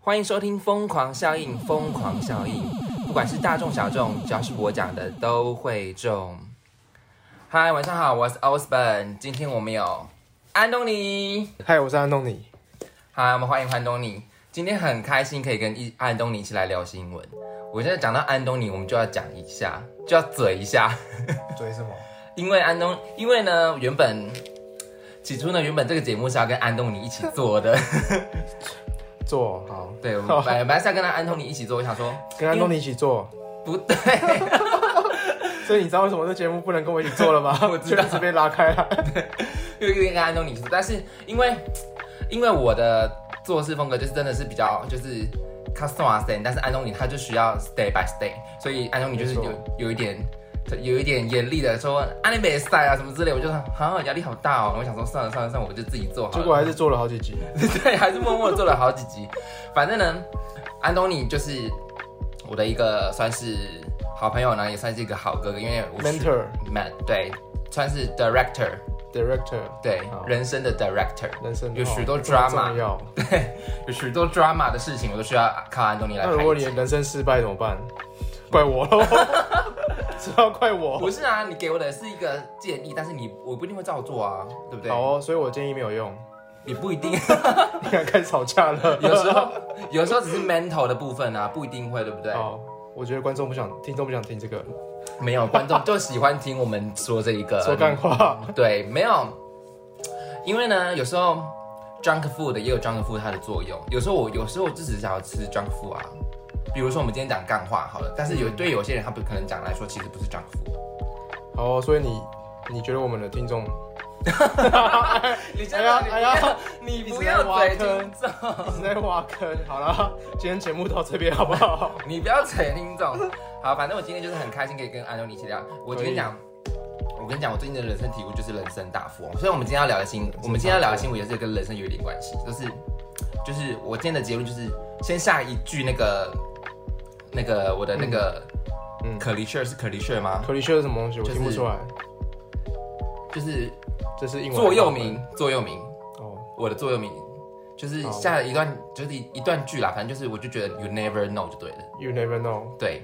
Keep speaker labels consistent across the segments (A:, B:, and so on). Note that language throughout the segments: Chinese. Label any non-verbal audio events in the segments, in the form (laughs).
A: 欢迎收听《疯狂效应》，疯狂效应，不管是大众小众，只要是我讲的都会中。嗨，晚上好，我是 Osborn，今天我们有安东尼，
B: 嗨，我是安东尼。
A: 好，我们欢迎安东尼。今天很开心可以跟一安东尼一起来聊新闻。我现在讲到安东尼，我们就要讲一下，就要嘴一下。
B: 追什么？
A: 因为安东，因为呢，原本起初呢，原本这个节目是要跟安东尼一起做的，
B: 做好，
A: 对，我们本来本来是要跟他安东尼一起做，我想说
B: 跟安东尼一起做。
A: 不对，
B: 所以你知道为什么这节目不能跟我一起做了吗？
A: (laughs) 我知道
B: (laughs) 就一直被拉开了。
A: 又跟安东尼一起做，但是因为因为我的做事风格就是真的是比较就是。他送啊 stay，但是安东尼他就需要 stay by stay，所以安东尼就是
B: 没
A: 有
B: 错
A: 有一点有一点严厉的说安利别赛啊什么之类，我就说好压力好大哦，我想说算了算了算了，我就自己做好了。
B: 结果还是做了好几
A: (laughs)
B: 集。
A: 对，还是默默地做了好几集。反正呢，安东尼就是我的一个算是好朋友呢，也算是一个好哥哥，因为我是
B: Mentor、
A: man 对，算是 director
B: Director，
A: 对
B: 好
A: 人生的 director，
B: 人生
A: 有许
B: 哦
A: 多
B: 这么
A: drama
B: 重要。
A: 有许多 drama 的事情，我都需要靠安东尼来
B: 那如果
A: 排
B: 你
A: 解。
B: 人生失败怎么办？怪我
A: (laughs)
B: 喽，只要怪我。
A: 不是啊，你给我的是一个建议，但是你我不一定会照做啊，对不对？
B: 好哦，所以我建议没有用。
A: 你不一定， (laughs)
B: 你看开始吵架了。
A: 有时候有时候只是 mental 的部分啊，不一定会，对不对？
B: 好，我觉得观众不想，听众不想听这个
A: 没有，观众就喜欢听我们说这一个
B: 说干话。
A: 对，没有，因为呢，有时候 junk food 也有 junk food 它的作用。有时候我有时候我就只是想要吃 junk food 啊，比如说我们今天讲干话好了，但是
B: 嗯
A: 有对有些人他不可能讲来说其实不是 junk food。
B: 好哦，所以你你觉得我们的
A: (laughs)
B: 听众
A: 你
B: 真的哎呀哎呀
A: (laughs) 你不
B: 一直
A: 要
B: 在挖
A: 嘴
B: 坑
A: 听众，
B: 一直在挖坑？好了，今天节目到这边好不好？
A: 你不要嘴听众。好，反正我今天就是很开心可以跟安东尼一起聊。我今天讲。我跟你讲，我最近的人生体悟就是人生大富翁。所以我们今天要聊的新，我们今天要聊的新闻也是跟人生有一点关系，就是就是我今天的结论就是先下一句那个那个我的那个
B: 嗯嗯
A: 可离雀是可离雀吗？
B: 可离秀是什么东西？我
A: 就是
B: 听不出来。
A: 就是
B: 这是英文
A: 座右铭，座右铭，
B: 哦，
A: 我的座右铭就是
B: 好
A: 下了一段就是一一段剧啦，反正就是我就觉得 you never know 就对了。
B: ，You never know。
A: 对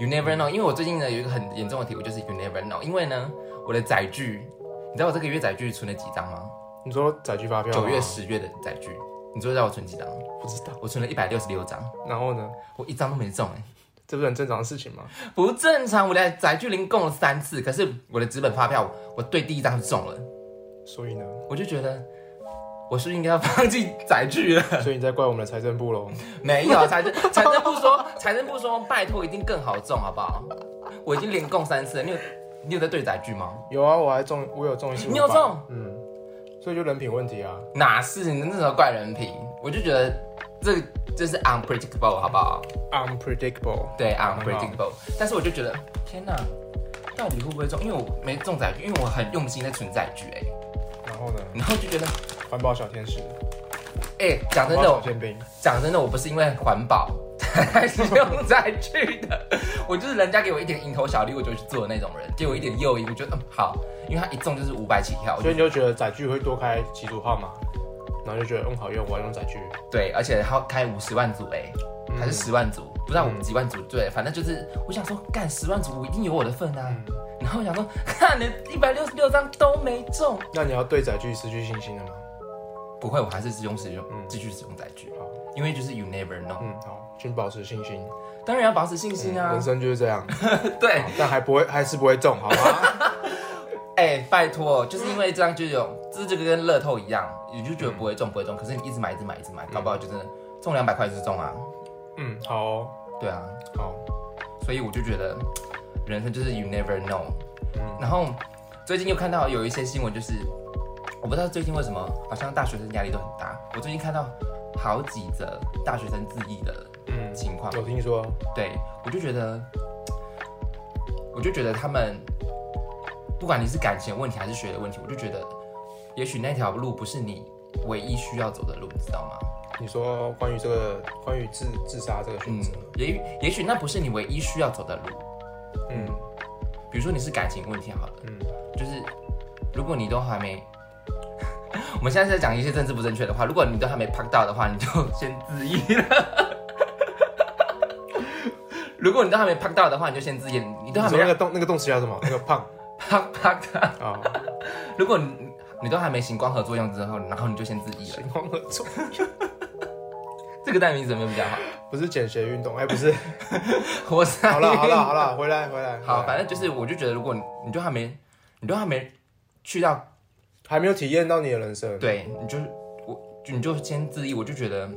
A: ，You never know，因为我最近呢有一个很严重的体悟，就是 You never know，因为呢我的载具，你知道我这个月载具存了几张吗？
B: 你说载具发票吗
A: 九月、十月的载具，你知道我存几张？
B: 不知道。
A: 我存了一百六十六张，
B: 然后呢？
A: 我一张都没中哎、
B: 这不是很正常的事情吗？
A: 不正常！我的载具零共了三次，可是我的纸本发票，我对第一张就中了，
B: 所以呢？
A: 我就觉得我是不是应该要 (laughs) 放弃载具了？
B: 所以你在怪我们的财政部喽？
A: 没有，啊财政财政部说，财政部说，拜托一定更好中好不好？我已经连共三次了，你有你有在对载具吗？
B: 有啊，我还中，我有中一次。
A: 你有中？
B: 嗯，所以就人品问题啊。
A: 哪是你那时候怪人品？我就觉得这个就是 unpredictable，好不好？
B: Unpredictable。
A: 对
B: 好
A: ，unpredictable。但是我就觉得，天哪，到底会不会中？因为我没中载具，因为我很用心在存载具，哎，
B: 然后呢？
A: 然后就觉得，
B: 环保小天使，
A: 哎，讲真
B: 环保
A: 的，哦
B: 小
A: 我
B: 尖兵。
A: 讲真的，我不是因为环保才是用载具的，我就是人家给我一点蝇头小利，我就去做的那种人，给我一点诱因，我觉得嗯好，因为他一中就是五百起跳，我就
B: 所以你就觉得载具会多开几组号码，然后就觉得嗯好用，我要用载具。
A: 对，而且他开五十万组，哎，
B: 嗯
A: 还是十万组，不知道
B: 嗯
A: 五几万组，对，反正就是我想说，干十万组我一定有我的份啊。
B: 嗯
A: 然后我想说，看你一百六十六张都没中，
B: 那你要对载具失去信心了吗？
A: 不会，我还是使用使用
B: 嗯
A: 继续使用载具，
B: 好，
A: 因为就是 you never know，、
B: 嗯，好，请保持信心。嗯
A: 当然要保持信心啊哎
B: 人。生就是这样，
A: (laughs) 对，
B: 但还不会，还是不会中，好吗？
A: 哎、拜托，就是因为这样就有，这就跟乐透一样，你就觉得不会中不会中，可是你一直买一直买一直买，搞不好就真的中两百块就是中啊。
B: 嗯，好哦、
A: 对啊，
B: 好，
A: 所以我就觉得人生就是 you never know。
B: 嗯
A: 然后最近又看到有一些新闻，就是我不知道最近为什么好像大学生压力都很大。我最近看到好几则大学生自缢的
B: 嗯，
A: 情况，
B: 有听说，
A: 对我就觉得，我就觉得他们不管你是感情的问题还是学业的问题，我就觉得也许那条路不是你唯一需要走的路，你知道吗？
B: 你说关于这个，关于自自杀这个选
A: 嗯
B: 择，，
A: 也也许那不是你唯一需要走的路。
B: 嗯
A: 比如说你是感情问题好了，
B: 嗯，
A: 就是如果你都还没， (laughs) 我们现在是在讲一些政治不正确的话，如果你都还没拍到的话，你就先自缢了。 (laughs) 如果你都还没拍到的话，你就先自缢，你都还
B: 你
A: 没
B: 说那
A: 让
B: 个动那个动词叫什么？那
A: (laughs)
B: 个胖
A: 啪啪的。
B: 啊，
A: 如果你你都还没行光合作用之后，然后你就先自缢了，
B: 行光合作
A: 这个代名词有没有比较好？
B: 不是减肥运动，哎，
A: (laughs)
B: 不是，
A: 活塞。
B: (laughs)
A: (laughs)
B: 好了好了好了，回来回来，
A: 好，
B: 回来
A: 反正就是，我就觉得，如果你你都还没，你都还没去到，
B: 还没有体验到你的人生，，
A: 对，你就我，就你就先自缢，我就觉得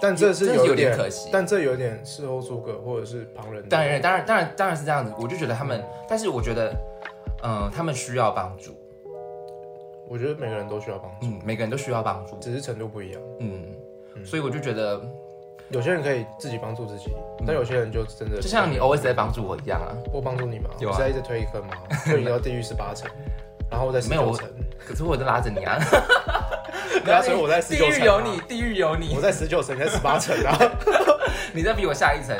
B: 但这
A: 真
B: 是
A: 的是有点
B: 点
A: 可惜
B: 但这有点事后诸葛或者是旁人的，
A: 当然，当然，当然，当然是这样子。我就觉得他们，但是我觉得，嗯、他们需要帮助，
B: 我觉得每个人都需要帮助，
A: 嗯，每个人都需要帮助，
B: 只是程度不一样。
A: 嗯，所以我就觉得，
B: 有些人可以自己帮助自己，但有些人就真的
A: 嗯就像你 always 在帮助我一样啊。
B: 我帮助你嘛，
A: 有啊
B: 我不是在一直推一坑嘛，推你到地狱十
A: (laughs)
B: 八层，然后我在十
A: 没有
B: 九
A: 我
B: 层，
A: 可是我都拉着你啊，
B: 对啊，所以我在十
A: 地
B: 九
A: 狱
B: 层
A: 有
B: 啊，
A: 你，地狱有你
B: 我，在十九层，你在十八层啊， (laughs)
A: 你再比我下一层，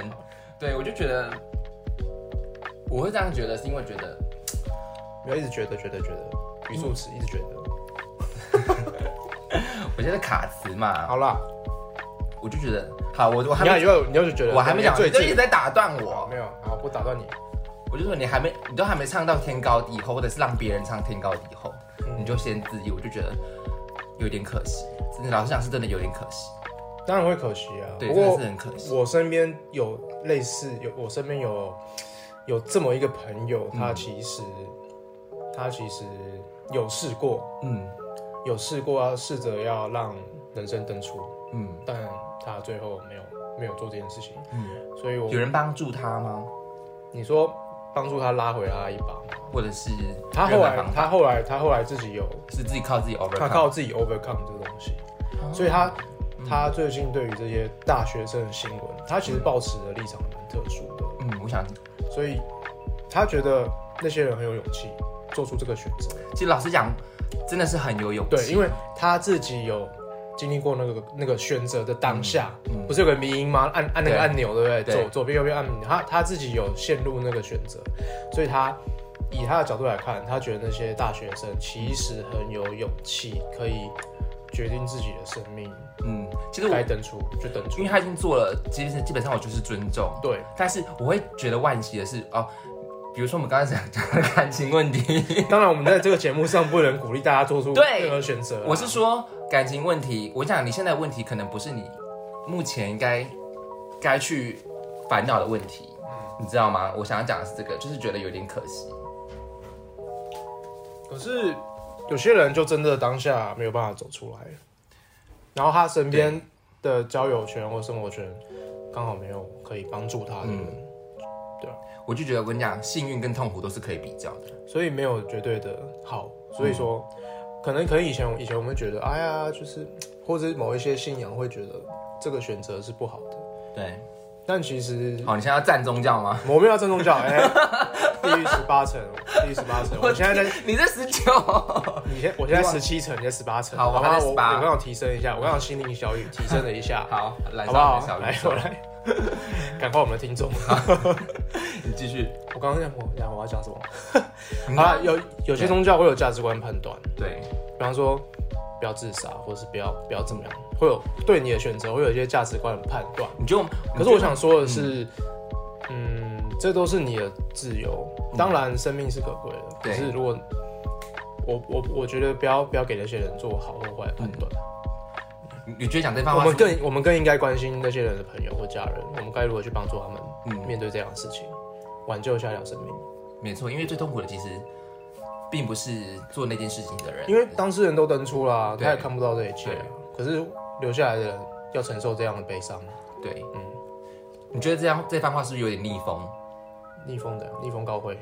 A: 对我就觉得，我会这样觉得，是因为觉得
B: 不要一直觉得觉得觉得，语助
A: 嗯
B: 词一直觉得，
A: 我觉得卡词嘛，
B: 好啦，
A: 我就觉得好，我我还
B: 你看
A: 没
B: 以后你又觉得
A: 我还没讲，
B: 最
A: 你就一直
B: 近
A: 在打断我，
B: 没有，好不打断你，
A: 我就说你还没，你都还没唱到天高地厚，或者是让别人唱天高地厚，
B: 嗯
A: 你就先自己，我就觉得有点可惜，真的，老实讲是真的有点可惜，
B: 当然会可惜啊，
A: 对，
B: 不
A: 真的
B: 过
A: 是很可惜，
B: 我身边有类似有，我身边有有这么一个朋友，
A: 嗯
B: 他其实、他其实有试过，
A: 嗯
B: 有试过要试着要让人生登出，
A: 嗯
B: 但他最后没有没有做这件事情，
A: 嗯，
B: 所以我
A: 有人帮助他吗？
B: 你说帮助他拉回他一把吗，
A: 或者是
B: 他
A: 任
B: 后
A: 何
B: 来
A: 方法
B: 他后来他后来自己有
A: 是自己靠自己 over，
B: 他靠自己 overcome 这个东西，所以他他最近对于这些大学生的新闻，他其实抱持的立场蛮特殊的。
A: 嗯，我想
B: 所以他觉得那些人很有勇气做出这个选择。
A: 其实老实讲，真的是很有勇气，
B: 对，因为他自己有经历过那个那个选择的当下，
A: 嗯嗯
B: 不是有个迷音吗？按按那
A: 对
B: 个按钮，对不对？
A: 对
B: 左左边右边按钮，他他自己有陷入那个选择，所以他。以他的角度来看，他觉得那些大学生其实很有勇气，可以决定自己的生命，
A: 嗯，其实我
B: 该登出就登
A: (laughs)
B: 出
A: 因为。他已经做了，其实基本上我就是尊重，
B: 对，
A: 但是我会觉得惋惜的是哦，比如说我们刚才讲讲的感情问题，
B: 当然我们在这个节目上不能鼓励大家做出
A: 对
B: 任何选择啦。啊
A: 我是说感情问题，我讲你现在的问题可能不是你目前该该去烦恼的问题，你知道吗？我想要讲的是这个，就是觉得有点可惜。
B: 可是有些人就真的当下没有办法走出来，然后他身边的交友圈或生活圈刚好没有可以帮助他的人，
A: 嗯我就觉得我跟你讲，幸运跟痛苦都是可以比较的，
B: 所以没有绝对的好。所以说，可能可能以前以前我们觉得，哎呀，就是或者是某一些信仰会觉得这个选择是不好的，
A: 对。
B: 但其实
A: 好，你现在要站宗教吗？
B: 我们要正
A: (laughs)
B: 宗教，哎、地狱十八层，地狱十八层，我现在在
A: (laughs) 你这十九，
B: 你先，我现在十七层，你在十八层。
A: 啊好我
B: 好
A: 还在
B: 吧，我我
A: 18
B: 刚好提升一下，我刚好心灵小雨提升了一下，
A: 好，来
B: 好不好
A: 上小？
B: 来
A: 宇，宙
B: 我，来， (laughs) 感化我们的听众。
A: 你继续。
B: 我刚刚讲，我讲我要讲什么？好啦，有有些宗教会有价值观判断，
A: 对，
B: 比方说不要自杀，或是不要不要怎么样，会有对你的选择会有一些价值观的判断。
A: 你就
B: 可是我，想说的是，嗯，这都是你的自由，当然生命是可贵的。
A: 对
B: 可是如果我我我觉得不要不要给那些人做好或坏的判断。
A: 你你觉得讲这番话
B: 我
A: 是
B: 们更我们更应该关心那些人的朋友或家人，我们该如何去帮助他们
A: 嗯
B: 面对这样的事情，挽救一下小生命。
A: 没错，因为最痛苦的其实并不是做那件事情的人，
B: 因为当事人都登出啦，
A: 对
B: 他也看不到这一切啊
A: 对，
B: 可是留下来的人要承受这样的悲伤，
A: 对，
B: 嗯
A: 你觉得这样这番话是不是有点逆风？ (laughs)
B: 逆风的逆风高会，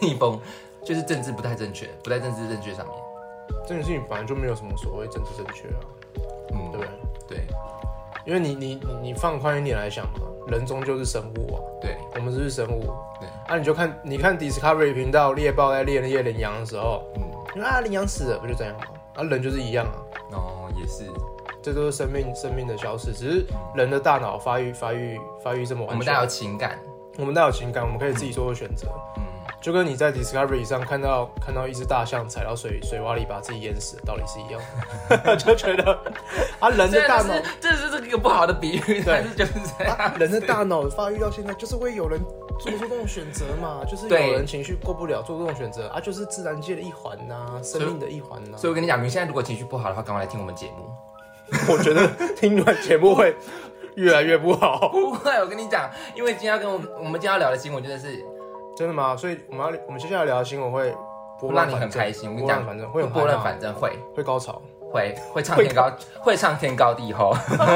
A: 逆风就是政治不太正确，不在政治正确上面。
B: 这件事情本来就没有什么所谓政治正确啊，对不
A: 嗯，
B: 对？
A: 对
B: 因为你你你你放宽一点来想嘛，人终究是生物啊，
A: 对
B: 我们只是生物。
A: 对，
B: 啊，你就看你看 Discovery 频道猎豹在猎那些羚羊的时候，
A: 嗯，
B: 你说啊羚羊死了不就这样吗？啊人就是一样啊，
A: 哦，也是，
B: 这都是生命生命的消逝，只是人的大脑发育发育发育这么
A: 我
B: 完
A: 们
B: 全
A: 带，有情感，
B: 我们带有情感，我们可以自己做出选择。
A: 嗯，
B: 就跟你在 Discovery 上看到看到一只大象踩到水水洼里把自己淹死的道理是一样
A: (laughs)
B: 的，就觉得啊人
A: 虽
B: 的大
A: 然
B: 脑
A: 这是这是这个一个不好的比 (laughs) 喻，但是就是这
B: 啊
A: (laughs) 样。
B: 人的大脑发育到现在，就是会有人做出这种选择嘛，就是
A: 对
B: 有人情绪过不了做这种选择啊，就是自然界的一环呐、生命的一环呐、
A: 所以我跟你讲，你现在如果情绪不好的话，赶快来听我们节目。
B: 我觉得听完节目会越来越不好，
A: 不会，我跟你讲，因为今天要跟我我们今天要聊的新闻真的是
B: 真的吗？所以我们要我们接下来聊的新闻会波
A: 会
B: 浪
A: 让你
B: 反
A: 很
B: 正
A: 开心。我跟你
B: 波浪
A: 讲，
B: 反正会很
A: 波浪
B: 嗨
A: 反
B: 吗
A: 正会
B: 会高潮，
A: 会会唱天高会唱天高地厚，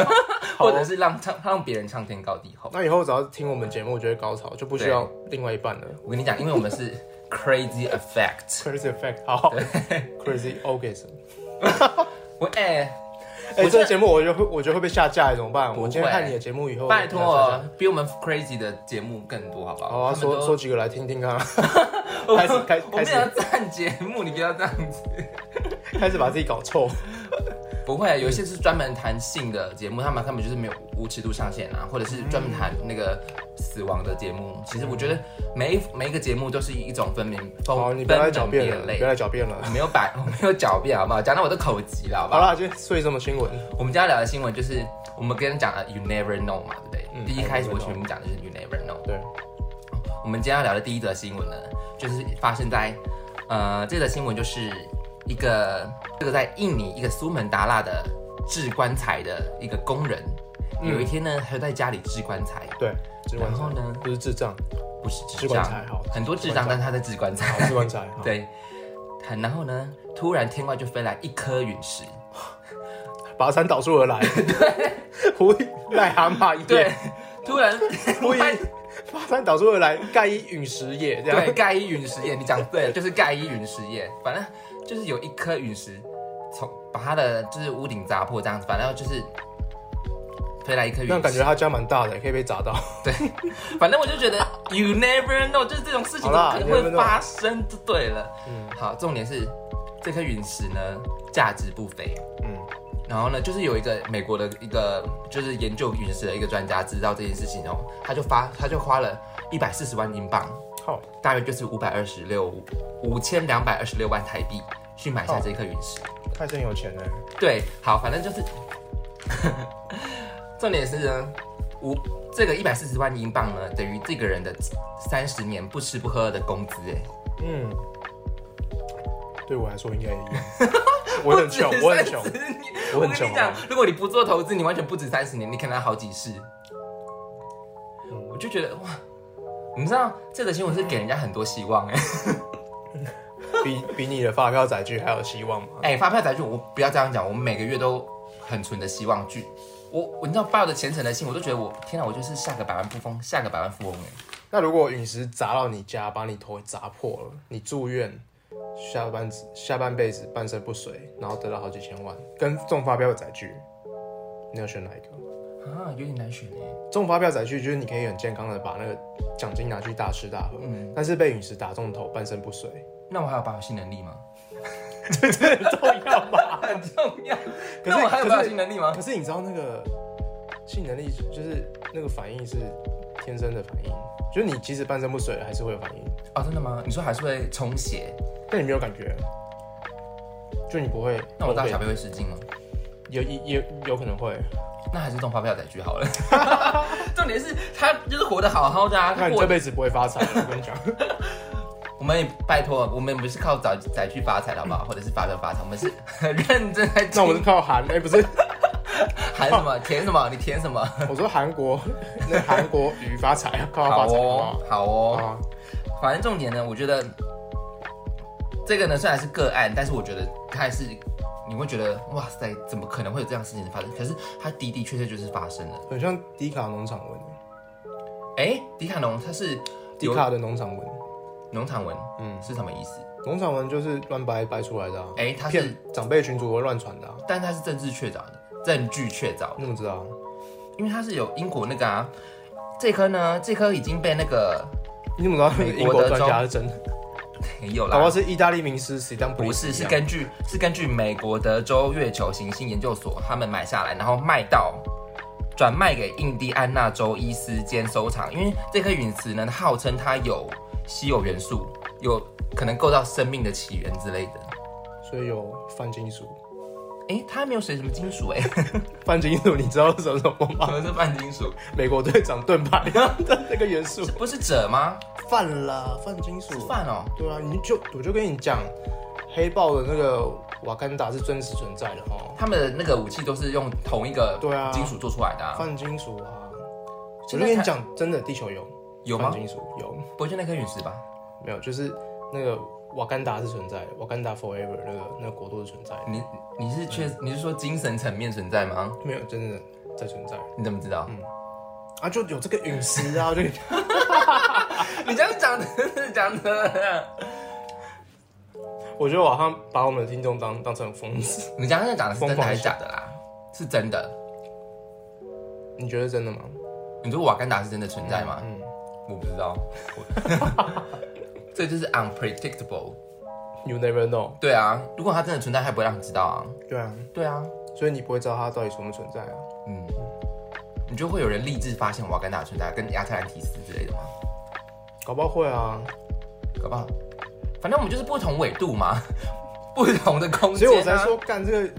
A: (laughs) 或者是让唱让别人唱天高地厚。
B: 那以后只要听我们节目就会高潮，就不需要另外一半了。
A: 我跟你讲，因为我们
B: (laughs)
A: 是 Crazy Effect。
B: Crazy Effect 好，Crazy (laughs) Orgasm。
A: 我哎、我
B: 哎、这
A: 觉
B: 个
A: 得
B: 节目我就会我就会被下架，怎么办？
A: 不
B: 我今天
A: 会
B: 看你的节目以后，
A: 拜托
B: 我下架
A: 哦，比我们 Crazy 的节目更多，好不好？
B: 好啊，
A: 他们
B: 说
A: 都
B: 说几个来听听看 (laughs) 啊，
A: 我 (laughs)
B: 开始开
A: 我们
B: 开
A: 要
B: 始
A: 赞节目，你不要这样子。
B: 开始把自己搞臭。
A: 不会，有一些是专门谈性的节目，他们根本就是没有无尺度上限啊，或者是专门谈那个死亡的节目。其实我觉得每一每一个节目都是一种分明
B: 好，
A: 分
B: 嗯哦你不要再
A: 分
B: 狡
A: 门
B: 辩
A: 别
B: 了，你
A: 类
B: 不要。再狡辩了
A: (laughs) 我。没有摆，我没有狡辩，好不好？讲到我都口急了，好不
B: 好
A: 好？
B: 啦，今天所以什么新闻？
A: 我们今天要聊的新闻就是我们跟你讲的 “you never know” 嘛，对不对？
B: 嗯
A: 第一开始
B: I never
A: 我前面讲的就是 “you never know”。
B: 对，
A: 我们今天要聊的第一则新闻呢，就是发生在呃，这则新闻就是一个这个在印尼一个苏门答腊的制棺材的一个工人，
B: 嗯
A: 有一天呢，他就在家里制棺材，
B: 对，智
A: 然后
B: 障，
A: 呢，
B: 不是智障，
A: 不是
B: 智
A: 智
B: 棺
A: 障，
B: 材好，
A: 很多智障，但是他在制棺材，
B: 好智棺材，好，
A: 对，他然后呢，突然天外就飞来一颗陨石，
B: 跋山倒树而来，对，胡癞蛤蟆一
A: 对
B: 夜，，
A: (laughs) 突然
B: 胡一跋山倒树而来，盖一陨石叶这
A: 对，
B: 样。
A: 盖伊陨石叶，你讲对了，就是盖伊陨石叶。反正就是有一颗陨石从把它的就是屋顶砸破这样子，反正就是飞来一颗
B: 那
A: 陨
B: 感觉
A: 石。
B: 他家蛮大的，可以被砸到。
A: 反正我就觉得 you never know，就是这种事情
B: 好
A: 都
B: 啦
A: 可能
B: you never
A: 会
B: know
A: 发生，就对了。
B: 嗯
A: 好，重点是这颗陨石呢价值不菲。
B: 嗯，
A: 然后呢，就是有一个美国的一个就是研究陨石的一个专家知道这件事情哦，他就发他就花了一百四十万英镑，
B: 好，
A: 大约就是五百二十六五千两百二十六万台币去买下这颗陨石。
B: 泰森有钱呢。
A: 对，好，反正就是， (laughs) 重点是呢，五这个一百四十万英镑呢，等于这个人的三十年不吃不喝的工资哎，
B: 嗯，对我来说应该也一 (laughs) 样。我很穷，我很穷
A: 不止。30年
B: 我
A: 我
B: 很
A: 跟
B: 穷啊
A: 你讲，如果你不做投资，你完全不止三十年，你可能要好几世。
B: 嗯
A: 我就觉得哇，你知道这个新闻是给人家很多希望哎、
B: 比比你的发票载具还有希望吗？
A: 哎、发票载具，我不要这样讲，我每个月都很存的希望剧。我我你知道抱着虔诚的心，我都觉得我天哪，我就是下个百万富翁，下个百万富翁哎、
B: 那如果陨石砸到你家，把你头砸破了，你住院，下半子下半辈子半身不遂，然后得到好几千万，跟中发票载具，你要选哪一个？
A: 啊，有点难选哎、
B: 中发票载具就是你可以很健康的把那个奖金拿去大吃大喝，
A: 嗯，
B: 但是被陨石打中头，半身
A: (laughs)
B: 不遂，
A: 那我还有保有性能力吗？
B: 很重要吧？
A: (laughs) 很重要。
B: 可
A: 那我还
B: 是
A: 有保
B: 可
A: 有
B: 是
A: 性能力吗？
B: (laughs) 可是你知道那个性能力就是那个反应是天生的反应，就是你即使半身不遂了，还是会有反应。
A: 哦，真的吗？你说还是会充血？
B: 但你没有感觉，就你不会。
A: 那我大小便会失禁吗？
B: 有有有有可能会。
A: 那还是中发票载具 (laughs) 好了。重点是他就是活得好好的啊，
B: 那
A: 他
B: 你
A: 过
B: 这辈子不会
A: (laughs)
B: 发财，我跟你讲。
A: 我们也拜托，我们不是靠载载具发财的好不好？或者是发票发财，我们是 (laughs) 很认真在
B: 那我们是
A: 听
B: 靠韩，哎、
A: (laughs)
B: 不是，
A: 喊什么填什么，你填什么？
B: 我说韩国， (laughs) 那韩国语发财，靠它
A: 好
B: 发财，
A: 哦，好
B: 好不好？
A: 哦。
B: 啊，
A: 反正重点呢，我觉得这个呢虽然是个案，但是我觉得它还是你会觉得哇塞，怎么可能会有这样的事情发生？可是它的的确确就是发生了。
B: 很像迪卡农场文，
A: 哎，迪卡侬它是
B: 迪卡的农场文，
A: 农场文
B: 嗯，
A: 是什么意思？
B: 农场文就是乱掰掰出来的、啊，
A: 哎，它是
B: 骗，长辈群主会乱传的、啊，
A: 但它是政治确凿的，证据确凿的。
B: 你怎么知道？啊
A: 因为它是有英国那个啊，这颗呢，这颗已经被那个 (laughs)
B: 你怎么知道
A: 美国的
B: 英国专家是真的？
A: 没有
B: 搞不好
A: 啦，
B: 是意大利名师史丹普
A: 不
B: 利
A: 是，
B: 斯一
A: 是
B: 样
A: 根据是根据美国德州月球行星研究所他们买下来，然后卖到转卖给印第安纳州医师兼收藏，因为这颗陨石呢，号称它有稀有元素，有可能构造生命的起源之类的。
B: 所以有泛金属，
A: 哎、他没有写什么金属哎、
B: 泛金属你知道是什么
A: (laughs)
B: 吗？
A: 什么是泛金属？
B: 美国队长盾牌的那个元素
A: 是，不是锗吗？
B: 泛啦，泛金属
A: 是，饭哦、
B: 对啊，你就我就跟你讲，黑豹的那个瓦干达是真实存在的哦，
A: 他们的那个武器都是用同一个
B: 对啊
A: 金属做出来的、啊，
B: 泛金属啊，我
A: 现
B: 就
A: 在
B: 跟你
A: 看
B: 讲，真的地球有
A: 有吗？
B: 泛金属有，
A: 不会就那颗陨石吧？
B: 没有就是那个瓦干达是存在的，瓦干达 forever 那个那个国度是存在的，
A: 你你是确你是说精神层面存在吗？
B: 没有真的在存在
A: 你怎么知道？
B: 啊，就有这个陨石啊，就
A: (laughs) 你这样讲的 (laughs) 讲的，
B: 我觉得我好像把我们的听众当当成疯子， (laughs)
A: 你刚刚讲的是真
B: 疯
A: 的
B: 狂
A: 还是假的啦？是真的。
B: 你觉得真的吗？
A: 你说瓦干达是真的存在吗？
B: 嗯
A: 我不知道， (laughs) 这就是 unpredictable。
B: ，You never know，
A: 对啊，如果它真的存在，它不会让你知道啊。
B: 对啊，
A: 对啊，
B: 所以你不会知道它到底存不存在啊。
A: 嗯，你觉得会有人立志发现瓦干达存在，跟亚特兰提斯之类的吗？
B: 搞不好会啊，
A: 搞不好，反正我们就是不同纬度嘛， (laughs) 不同的空
B: 所
A: 间、
B: 以
A: 啊。
B: 我才，
A: (laughs)
B: 说干这个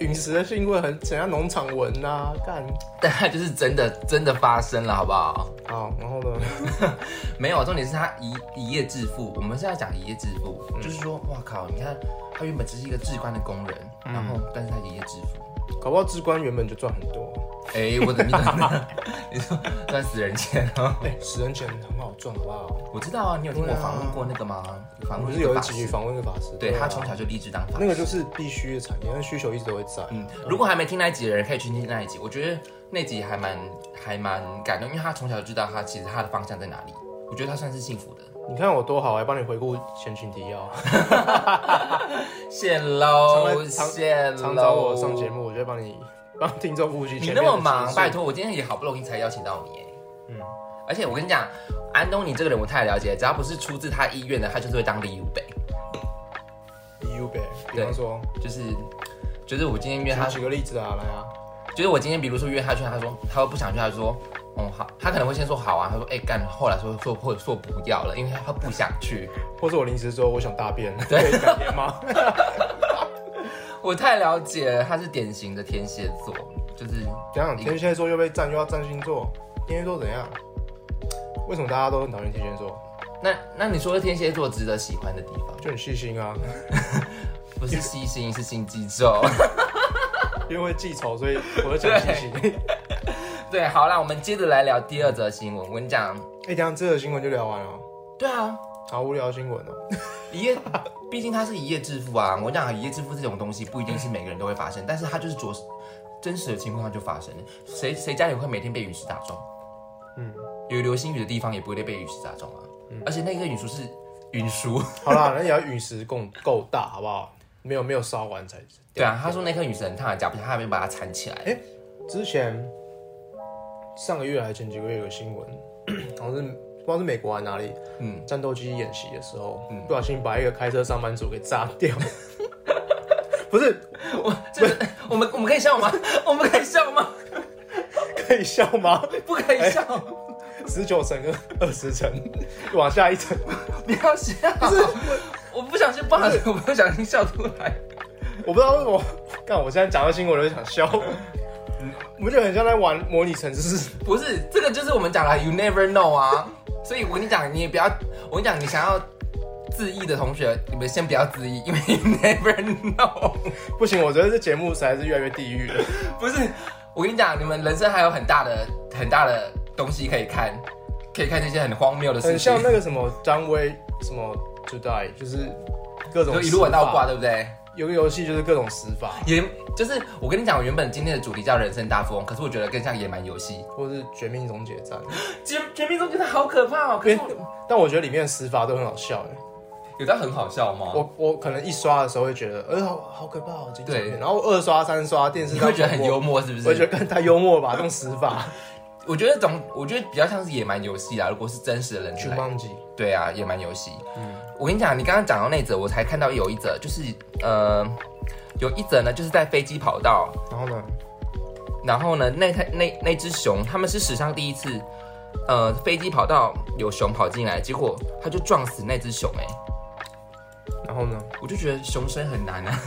B: 陨石的新闻很很像农场文呐、干
A: 但它就是真的真的发生了，好不好？
B: 好，然后呢， (laughs)
A: 没有，重点是他一一夜致富。我们是要讲一夜致富，就是说，哇靠，你看他原本只是一个至关的工人，然后但是他一夜致富。
B: 搞不好志官原本就赚很多，
A: (laughs) 哎、我怎么讲呢？你说赚死人钱哦？
B: 哎、十人钱很好赚，好不好？
A: 我知道啊，你有听我
B: 对啊
A: 访问过那个吗？访问
B: 我不
A: 那
B: 是
A: 个
B: 有一
A: 法
B: 集
A: 师，
B: 访问一个法师，
A: 对
B: 啊
A: 他从小就立志当法师。
B: 那个就是必须的产业，那需求一直都会在。
A: 嗯，如果还没听那一集的人，可以去听那一集。我觉得那集还蛮还蛮感动，因为他从小就知道他其实他的方向在哪里。我觉得他算是幸福的。
B: 你看我多好，还帮你回顾前情
A: (laughs)
B: 提要，
A: 谢
B: 常
A: 喽，
B: 来常
A: 谢喽，
B: 常找我上节目，我就帮你 (laughs) 帮听众复习前
A: 你
B: 面
A: 那
B: 的
A: 么
B: 集
A: 忙，
B: 数
A: 拜，托，我今天也好不容易才邀请到你耶。
B: 嗯，
A: 而且我跟你讲，安东尼这个人我太了解，只要不是出自他意愿的，他就是会当利物北，
B: 比如呗，比
A: 对
B: 方说，
A: 就是就是我今天约
B: 举
A: 他，
B: 举个例子啊，来啊，
A: 就是我今天比如说约他去，他说他说不想去，他说嗯好，他可能会先说好啊，他说哎干，后来说说或者说不要了，因为他不想去。
B: 或者我临时说我想大
A: (laughs)
B: 便，可以改天吗？
A: 我太了解了，他是典型的天蝎座，就是
B: 怎样？天蝎座又被占，又要占星座？天蝎座怎样？为什么大家都很讨厌天蝎座？
A: 那那你说天蝎座值得喜欢的地方，
B: 就很细
A: (laughs)
B: 心啊，
A: 不是细心，是心机重。
B: 因为会记仇，所以我就讲细心。 (laughs) 哎、
A: (laughs) 对，好啦，我们接着来聊第二则新闻。我跟你讲，
B: 哎等一下这个新闻就聊完了，
A: 对啊，
B: 好无聊的新闻哦、
A: 一夜， (laughs) 毕竟它是一夜致富啊。我讲一夜致富这种东西，不一定是每个人都会发生，但是它就是着实真实的情况下就发生了。谁谁家里会每天被陨石打中？
B: 嗯，
A: 有流星雨的地方也不会被陨石打中啊。而且那个陨石是陨石，
B: 好啦，那也要陨石够够大，好不好？没有没有烧完才。
A: 对啊，他说那颗陨石很烫，假不假他还没把它缠起来。
B: 之前上个月还是前几个月有个新闻， (clears throat) 好像是不知道是美国还是哪里，
A: 嗯，
B: 战斗机演习的时候，不小心把一个开车上班族给炸掉。 (laughs) 不是
A: 我这个我们我们可以笑吗？我们可以笑吗？
B: 可以笑吗？
A: 不可以笑，
B: 十九层跟二十层，往下一层，
A: 不要笑。我不小心，不好意思，我不小心笑出来。
B: 我不知道为什么。但我现在讲到新闻，我就想笑。我们就很像在玩模拟城市，
A: 不是，这个就是我们讲的 you never know 啊。所以我跟你讲，你也不要，我跟你讲，你想要自意的同学，你们先不要自意，因为 (laughs) you never know。
B: 不行，我觉得这节目实在是越来越地狱了。
A: 不是，我跟你讲，你们人生还有很大的、很大的东西可以看，可以看这些很荒谬的事
B: 很像
A: 情，
B: 那个什么张威什么 to die，就是各种
A: 就一路玩到挂，
B: 死
A: 对不对？
B: 法。有个游戏就是各种死法，
A: 也就是我跟你讲，我原本今天的主题叫人生大富翁，可是我觉得更像野蛮游戏。
B: 或是绝命终结战。
A: 绝绝命终结战好可怕哦！可是我
B: 但我觉得里面的死法都很好笑哎。
A: 有到很好笑吗？
B: 我我可能一刷的时候会觉得，呃，好好可怕，好精彩。
A: 对
B: 然后二刷、三刷，电视
A: 你
B: 上
A: 会觉得很幽
B: 默，
A: 默是不是？
B: 我会觉得太幽默了吧，这种死法。
A: 我觉得总，我觉得比较像是野蛮游戏啦。如果是真实的人
B: 去
A: 来，
B: 忘记，
A: (laughs) 对啊，野蛮游戏。嗯，我跟你讲，你刚刚讲到那则，我才看到有一则，就是呃，有一则呢，就是在飞机跑道，
B: 然后呢？
A: 然后呢，那台那那只熊，他们是史上第一次，呃，飞机跑道有熊跑进来，结果他就撞死那只熊、欸，哎，
B: 然后呢？
A: 我就觉得雄升很难
B: (laughs)
A: 啊。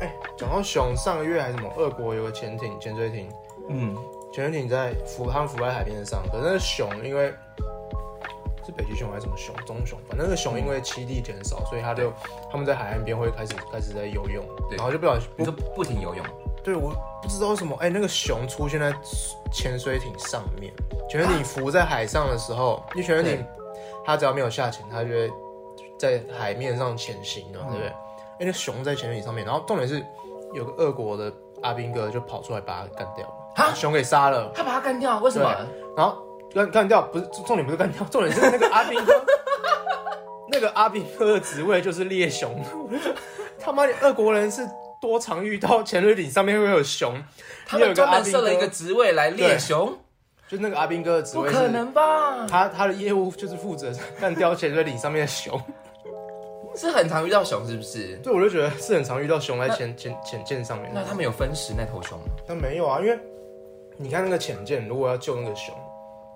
B: 哎、讲到熊，上个月还是什么，俄国有个潜艇潜水艇，
A: 嗯，
B: 潜水艇在浮，他们浮在海面上，可是那个熊因为是北极熊还是什么熊，棕熊，反正那个熊因为栖地减少，所以它就他们在海岸边会开始开始在游泳，
A: 对
B: 然后就不小心
A: 你
B: 不
A: 就不停游泳，
B: 对，我不知道为什么，哎、那个熊出现在潜水艇上面，潜水艇浮在海上的时候，因为潜水艇它只要没有下潜，它就会在海面上潜行嘛，
A: 嗯
B: 对不对？哎、那熊在潜水艇上面，然后重点是有个俄国的阿兵哥就跑出来把它干掉了，
A: 哈
B: 把熊给杀了，
A: 他把他干掉，为什么？
B: 然后干干掉不是重点不是干掉，重点是那个阿兵哥， (laughs) 那个阿兵哥的职位就是猎熊，我就觉得他妈的俄国人是。多常遇到潜水艇上面会有熊，
A: 他们专门设了一
B: 你
A: 个
B: 有个阿兵哥
A: 职位来猎熊，
B: 就那个阿兵哥的职
A: 不
B: 位
A: 可
B: 是，
A: 能吧？
B: 他他的业务就是负责干掉潜水艇上面的熊，
A: 是很常遇到熊是不是？
B: 对，我就觉得是很常遇到熊在潜潜潜舰上面。
A: 那他们有分食那头熊吗？
B: 但没有啊，因为你看那个潜舰，如果要救那个熊，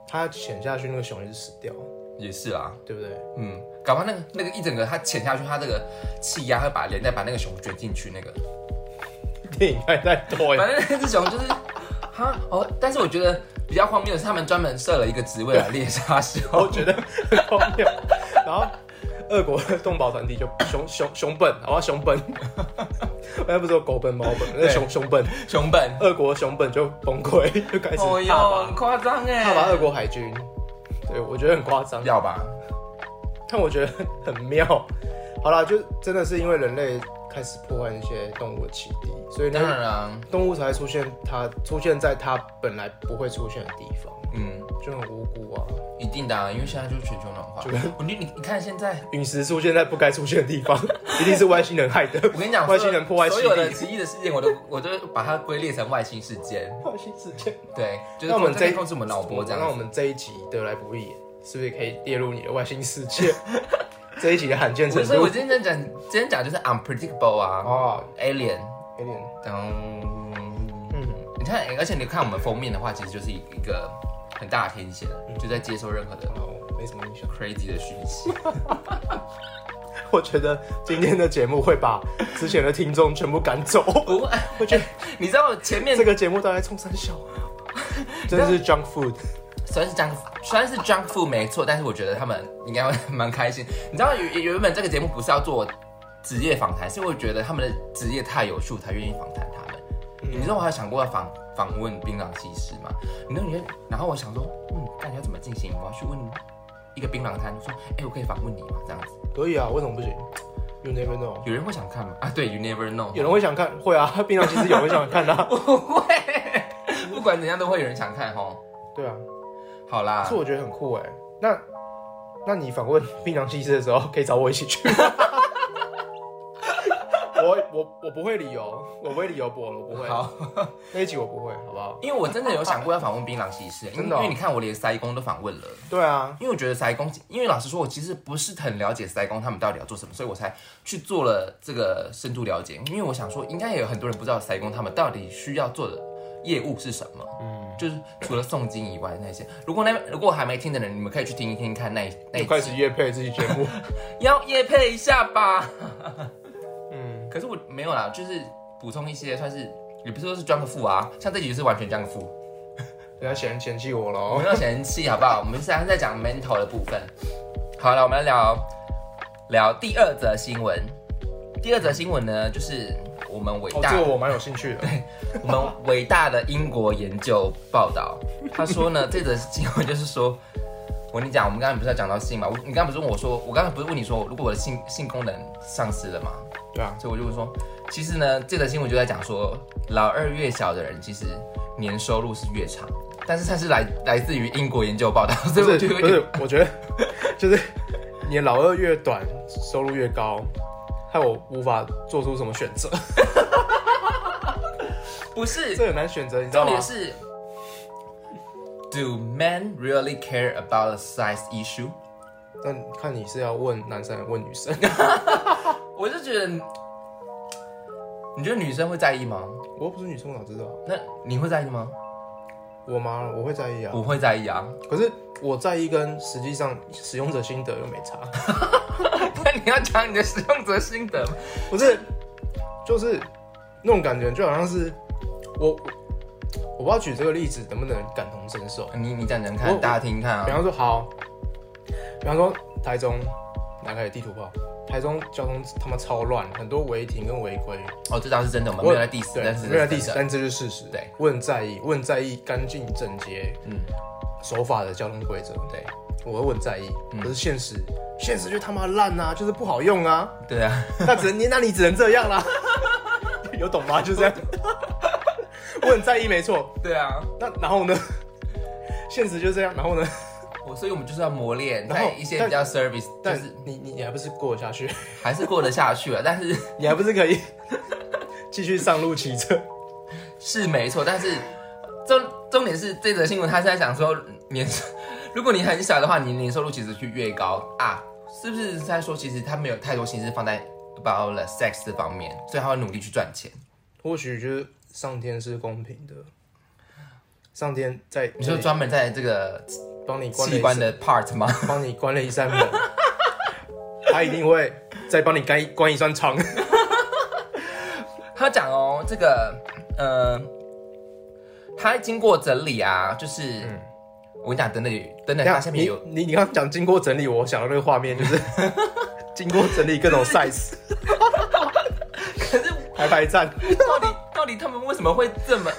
B: 他潜下去，那个熊也是啊死掉，
A: 也是啦，
B: 对不对？
A: 嗯，搞不好那个那个一整个它潜下去，它这个气压会把连带把那个熊卷进去那个。
B: 电影看太多了，
A: 反正那只熊
B: (laughs)
A: 就是，哈哦，但是我觉得比较荒谬的是，他们专门设了一个职位来猎杀熊。
B: 我觉得很荒谬。然后俄国的动保团体就熊熊熊
A: (laughs)
B: 笨，好吧，熊笨，我才不是说狗笨猫笨，那
A: 对
B: 熊熊笨，
A: 熊本，
B: 俄国熊笨就崩溃，就开始
A: 哦
B: 踏
A: 哟，
B: 伐
A: 很夸张哎，
B: 踏伐俄国海军。对，我觉得很夸张。
A: 要吧？
B: 但我觉得很妙。好啦，就真的是因为人类开始破坏那些动物的栖地，所以
A: 当
B: 呢，
A: 然啊，
B: 动物才会出现它出现在它本来不会出现的地方，
A: 嗯，
B: 就很无辜啊。
A: 一定的、啊，因为现在就是全球暖化
B: 就跟。
A: 我你你你看现在，
B: 陨石出现在不该出现的地方，一定是外星人害的。
A: 我跟你讲，
B: 外星人破坏
A: 所有
B: 栖
A: 的
B: 地，
A: 奇异的事件，我都我都把它归列成外星事件。
B: 外星事件。
A: 对，就是
B: 那我们
A: 控
B: 这一
A: 控制我们脑波这
B: 那
A: 样
B: 我
A: 子。
B: 们这一集得来不易，是不是可以列入你的外星世界？ (laughs) 这一集的罕见程
A: 所以，我
B: 度
A: 今天讲，今天讲就是 unpredictable 啊
B: 哦，
A: ，alien，
B: 有点
A: 等，
B: 嗯，
A: 你看，而且你看我们封面的话，其实就是一一个很大的天线，就在接收任何的
B: 哦，没什么印象。
A: crazy 的讯息。
B: 我觉得今天的节目会把之前的听众全部
A: (laughs)
B: 赶走。
A: 不过，
B: 我觉得
A: 你知道前面
B: 这个节目大概冲三小，啊真的是 junk food。
A: 虽然是 junk，虽然是 junk food 没错，但是我觉得他们应该会 (laughs) 蛮开心。你知道原原本这个节目不是要做职业访谈，是因为我觉得他们的职业太有趣，我才愿意访谈他们。
B: 嗯
A: 你知道我还想过要访访问槟榔西施吗？你知道你，然后我想说，嗯，看要怎么进行？我要去问一个槟榔摊，说，哎、我可以访问你吗？这样子，
B: 可以啊，为什么不行？You never know。
A: 有人会想看吗？啊，对，You never know，
B: 有人会想看，会啊，槟榔其实有人会想看的、啊。
A: (laughs)
B: (laughs)
A: 不会， (laughs) 不管怎样都会有人想看吼。
B: 对啊，
A: 好啦
B: 是，我觉得很酷哎、那那你访问槟榔西施的时候，可以找我一起去。 (laughs) 我我我不会理由，我不会理由播了，我不会。
A: 好，
B: 那一集我不会，好不好？
A: 因为我真的有想过要访问槟榔西施，
B: 真
A: 因
B: 的
A: 为
B: 哦
A: 因为你看我连塞工都访问了。
B: 对啊，
A: 因为我觉得塞工，因为老实说，我其实不是很了解塞工他们到底要做什么，所以我才去做了这个深度了解。因为我想说，应该也有很多人不知道塞工他们到底需要做的业务是什么。嗯，就是除了诵经以外的那些，如果那如果还没听的人，你们可以去听一听看那一那
B: 你
A: 一
B: 开
A: 集，
B: 始夜配这期节目。
A: 要夜配一下吧。
B: 嗯，
A: 可是我没有啦，就是补充一些算是。也不是说是装个富啊，像这集就是完全装个富，
B: 不要嫌嫌弃我哦
A: 我
B: 喽
A: 们。要嫌弃好不好？我们现在在讲 mental 的部分。好了，我们来聊聊第二则新闻。第二则新闻呢，就是我们伟
B: 哦，
A: 大、
B: 这个我蛮有兴趣的。
A: 我们伟大的英国研究报道，他说呢，这则新闻就是说，我跟你讲，我们刚才不是要讲到性嘛？我你刚才不是问我说，我刚才不是问你说，如果我的性性功能丧失了嘛？
B: 对
A: (laughs)
B: 啊，
A: 所以我就会说，其实呢，这则新闻就在讲说，老二越小的人，其实年收入是越长，但是它是来来自于英国研究报道，所以
B: 不
A: 我就
B: 是
A: 有
B: 不
A: 点
B: 是，我觉得就是你的老二越短，收入越高，害我无法做出什么选择， (laughs)
A: 不是
B: 这很难选择，你知道
A: 重
B: 吗
A: 点？是，Do men really care about the size issue？
B: 那看你是要问男生还是问女生，
A: 我就觉得，你觉得女生会在意吗？
B: 我又不是女生，我哪知道？
A: 那你会在意吗？
B: 我妈我会在意啊，
A: 我会在意啊， (laughs)
B: 可是我在意跟实际上使用者心得又没差，
A: 那你要讲你的使用者心得吗？
B: (laughs) 不是，就是那种感觉，就好像是我，我不知道举这个例子能不能感同身受。
A: 你你讲讲
B: 我
A: 看，
B: 我
A: 大家听听看
B: 比
A: 啊。
B: 方说，好，比方说台中，拿开地图炮，台中交通他妈超乱，很多违停跟违规。
A: 哦，这倒是真的，我们
B: 我
A: 没有在 diss，
B: 对
A: 但是
B: 没有在
A: 真
B: diss，
A: 的
B: 但这就是事实。
A: 对，
B: 我很在意，我很在意干净、整洁、
A: 嗯，
B: 守法的交通规则。
A: 对
B: 我会很在意，
A: 嗯
B: 可是现实，现实就他妈烂啊，就是不好用啊。 (laughs)
A: 对啊，
B: 那只能你那你只能这样啦， (laughs) 有懂 (laughs) 吗？就这样。我很在意，没错。
A: 对啊，
B: 那然后呢？ (laughs) 现实就这样，然后呢？
A: 我所以我们就是要磨练，
B: 然后
A: 在一些比较 service，就
B: 但
A: 是
B: 你你你还不是过得下去？
A: 还是过得下去了，但是。
B: (laughs) 你还不是可以 (laughs) 继续上路骑车？
A: 是没错，但是重重点是这则新闻，他是在想说年，如果你很小的话，你年收入其实去越高啊，是不是在说其实他没有太多心思放在 about the sex 这方面，所以他会努力去赚钱。
B: 或许就是上天是公平的，上天在
A: 你说专门在这个
B: 帮你关了
A: 器
B: 一
A: 官的 part 吗？
B: 帮你关了一扇门， (laughs) 他一定会再帮你关一关一扇窗。
A: 他讲哦，这个，呃，他经过整理啊，就是、
B: 嗯
A: 我跟你讲，等等等等，他下面
B: 你
A: 有 (laughs)
B: 你你刚刚讲经过整理，我想到那个画面就是经过整理各种 size
A: 可是
B: 排排站，
A: 到底到底他们为什么会这么？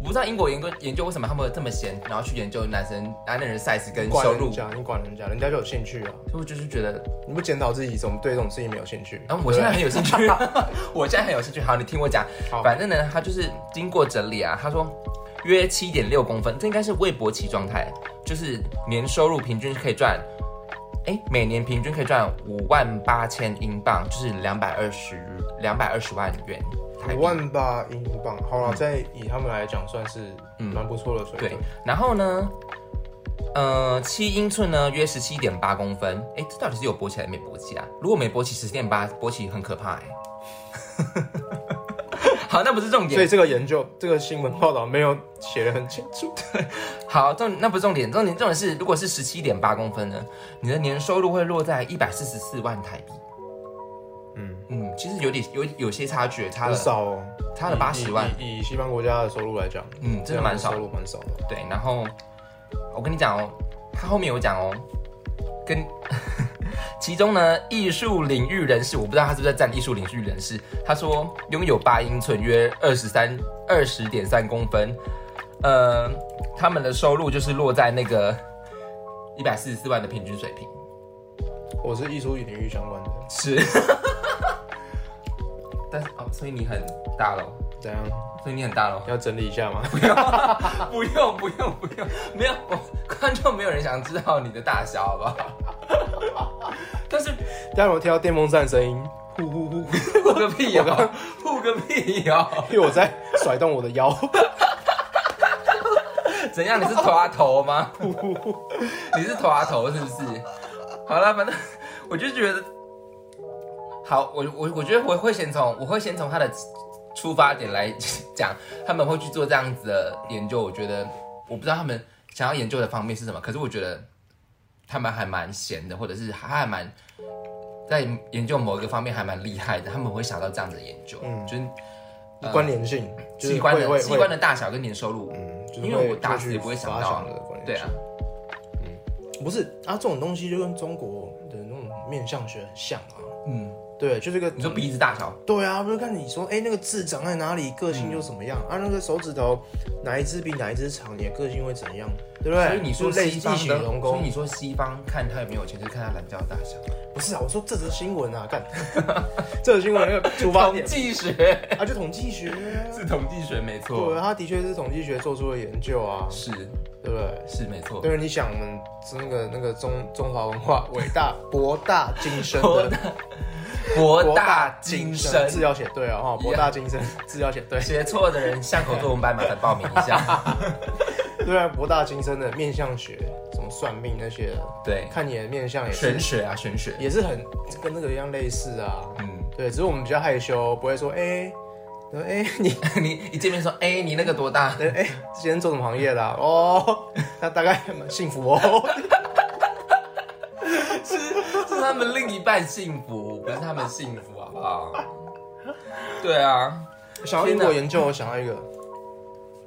A: 我不知道英国研究研究为什么他们会这么闲，然后去研究男生男人的 size 跟
B: 管
A: 收
B: 人
A: 入，
B: 家，你管人家，人家就有兴趣啊！
A: 所以我就是觉得，
B: 你不检讨自己，怎么对这种事情没有兴趣？
A: 然、啊后我现在很有兴趣， (laughs) 我现在很有兴趣。好，你听我讲
B: 好，
A: 反正呢，他就是经过整理啊，他说约七点六公分，这应该是魏博奇状态，就是年收入平均可以赚，哎、每年平均可以赚五万八千英镑，就是两百二十两百二十万元台币。
B: 五万八英镑，好了，再以他们来讲，算是
A: 嗯
B: 蛮不错的水
A: 对
B: 准。，
A: 然后呢，呃，七英寸呢约十七点八公分，哎，这到底是有勃起还是没勃起啊？如果没勃起十点八，勃起很可怕哎、 (laughs) 好，那不是重
B: 所以
A: 点。
B: 这个研究，这个新闻报道没有写的很清楚。
A: 好，重那不是重点，重点重点是，如果是十七点八公分呢，你的年收入会落在一百四十四万台币。
B: 嗯，
A: 嗯，其实有点有有些差距，差
B: 很
A: 了
B: 少哦，
A: 差了八十万。
B: 以。以以西方国家的收入来讲，
A: 嗯真的蛮少
B: 这样的收入蛮少的。
A: 对，然后我跟你讲哦，他后面有讲哦，跟 (laughs) 其中呢，艺术领域人士，我不知道他是不是在占艺术领域人士，他说拥有八英寸，约二十三二十点三公分，呃，他们的收入就是落在那个一百四十四万的平均水平，
B: 我是艺术领域相关的，
A: 是。 (laughs) 但是哦，所以你很大喽，
B: 怎样？
A: 所以你很大喽。
B: 要整理一下吗？ (laughs)
A: (laughs) 不用不用不用，没有我观众没有人想知道你的大小，好不好？ (laughs) 但是
B: 待会我听到电风扇声音，呼呼 (laughs) 呼，
A: 护个屁呀、护个屁呀、
B: 因为我在甩动我的
A: (laughs)
B: 腰，
A: 怎样？你是头啊头吗？ (laughs)
B: 呼呼呼。
A: 你是头啊头是不是？好了，反正 (laughs) 我就觉得，好，我我我觉得我会先从我会先从他的出发点来讲，他们会去做这样子的研究，我觉得我不知道他们想要研究的方面是什么，可是我觉得他们还蛮闲的，或者是还还蛮在研究某一个方面还蛮厉害的，他们会想到这样子的研究，
B: 嗯
A: 就是
B: (laughs) 关联性，就
A: 嗯
B: 是
A: 器官
B: 会
A: 的
B: 会
A: 器官的
B: 的，
A: 大小跟年收入，
B: 嗯，就是
A: 因为
B: 会
A: 我打死也
B: 去
A: 不会想
B: 发
A: 到
B: 想的关联性
A: 对啊，，
B: 不是啊，这种东西就跟中国的那种面相学很像啊。
A: 嗯，
B: 对，就是一个
A: 你说鼻子大小，
B: 对啊，不是看你说，哎、那个痣长在哪里，个性就怎么样、
A: 嗯
B: 啊？那个手指头哪一只比哪一只长，你的个性会怎样？对不对？
A: 所以你说
B: 就是类
A: 西
B: 似
A: 方
B: 异
A: 的，
B: 曲同
A: 所以
B: 工
A: 你。说西方看他有没有钱，就是看他懒觉的大小。
B: (laughs) 不是啊，我说这则新闻
A: (laughs)
B: 啊，干，这则新闻那个出发点
A: 计学
B: 啊，就统计学、啊。
A: (laughs) 是统计学没
B: 对
A: 错，
B: 啊，他的确是统计学做出的研究啊，
A: 是
B: 对不对？
A: 是没错。
B: 对，你想我们那个那个中中华文化伟大博大精深
A: 博
B: 的
A: 博大精深，
B: 字要写对啊哈，博大精深字要写对，
A: 写错的人巷口作文班嘛，再报名一下。 (laughs)
B: 对啊，博大精深的面相学，什么算命那些的，
A: 对，
B: 看你的面相也是
A: 玄学啊，玄学。
B: 也是很跟那个一样类似啊，
A: 嗯， (laughs)
B: 对，只是我们比较害羞，不会说哎，哎、你
A: 你一见面说，哎，你那个多大？ (laughs)
B: 哎、之前做什么行业的啊、哦，那大概蛮幸福哦，
A: 是是祝他们另一半幸福，不是他们幸福，好不好？对啊，
B: 想要英国研究，我想到一个，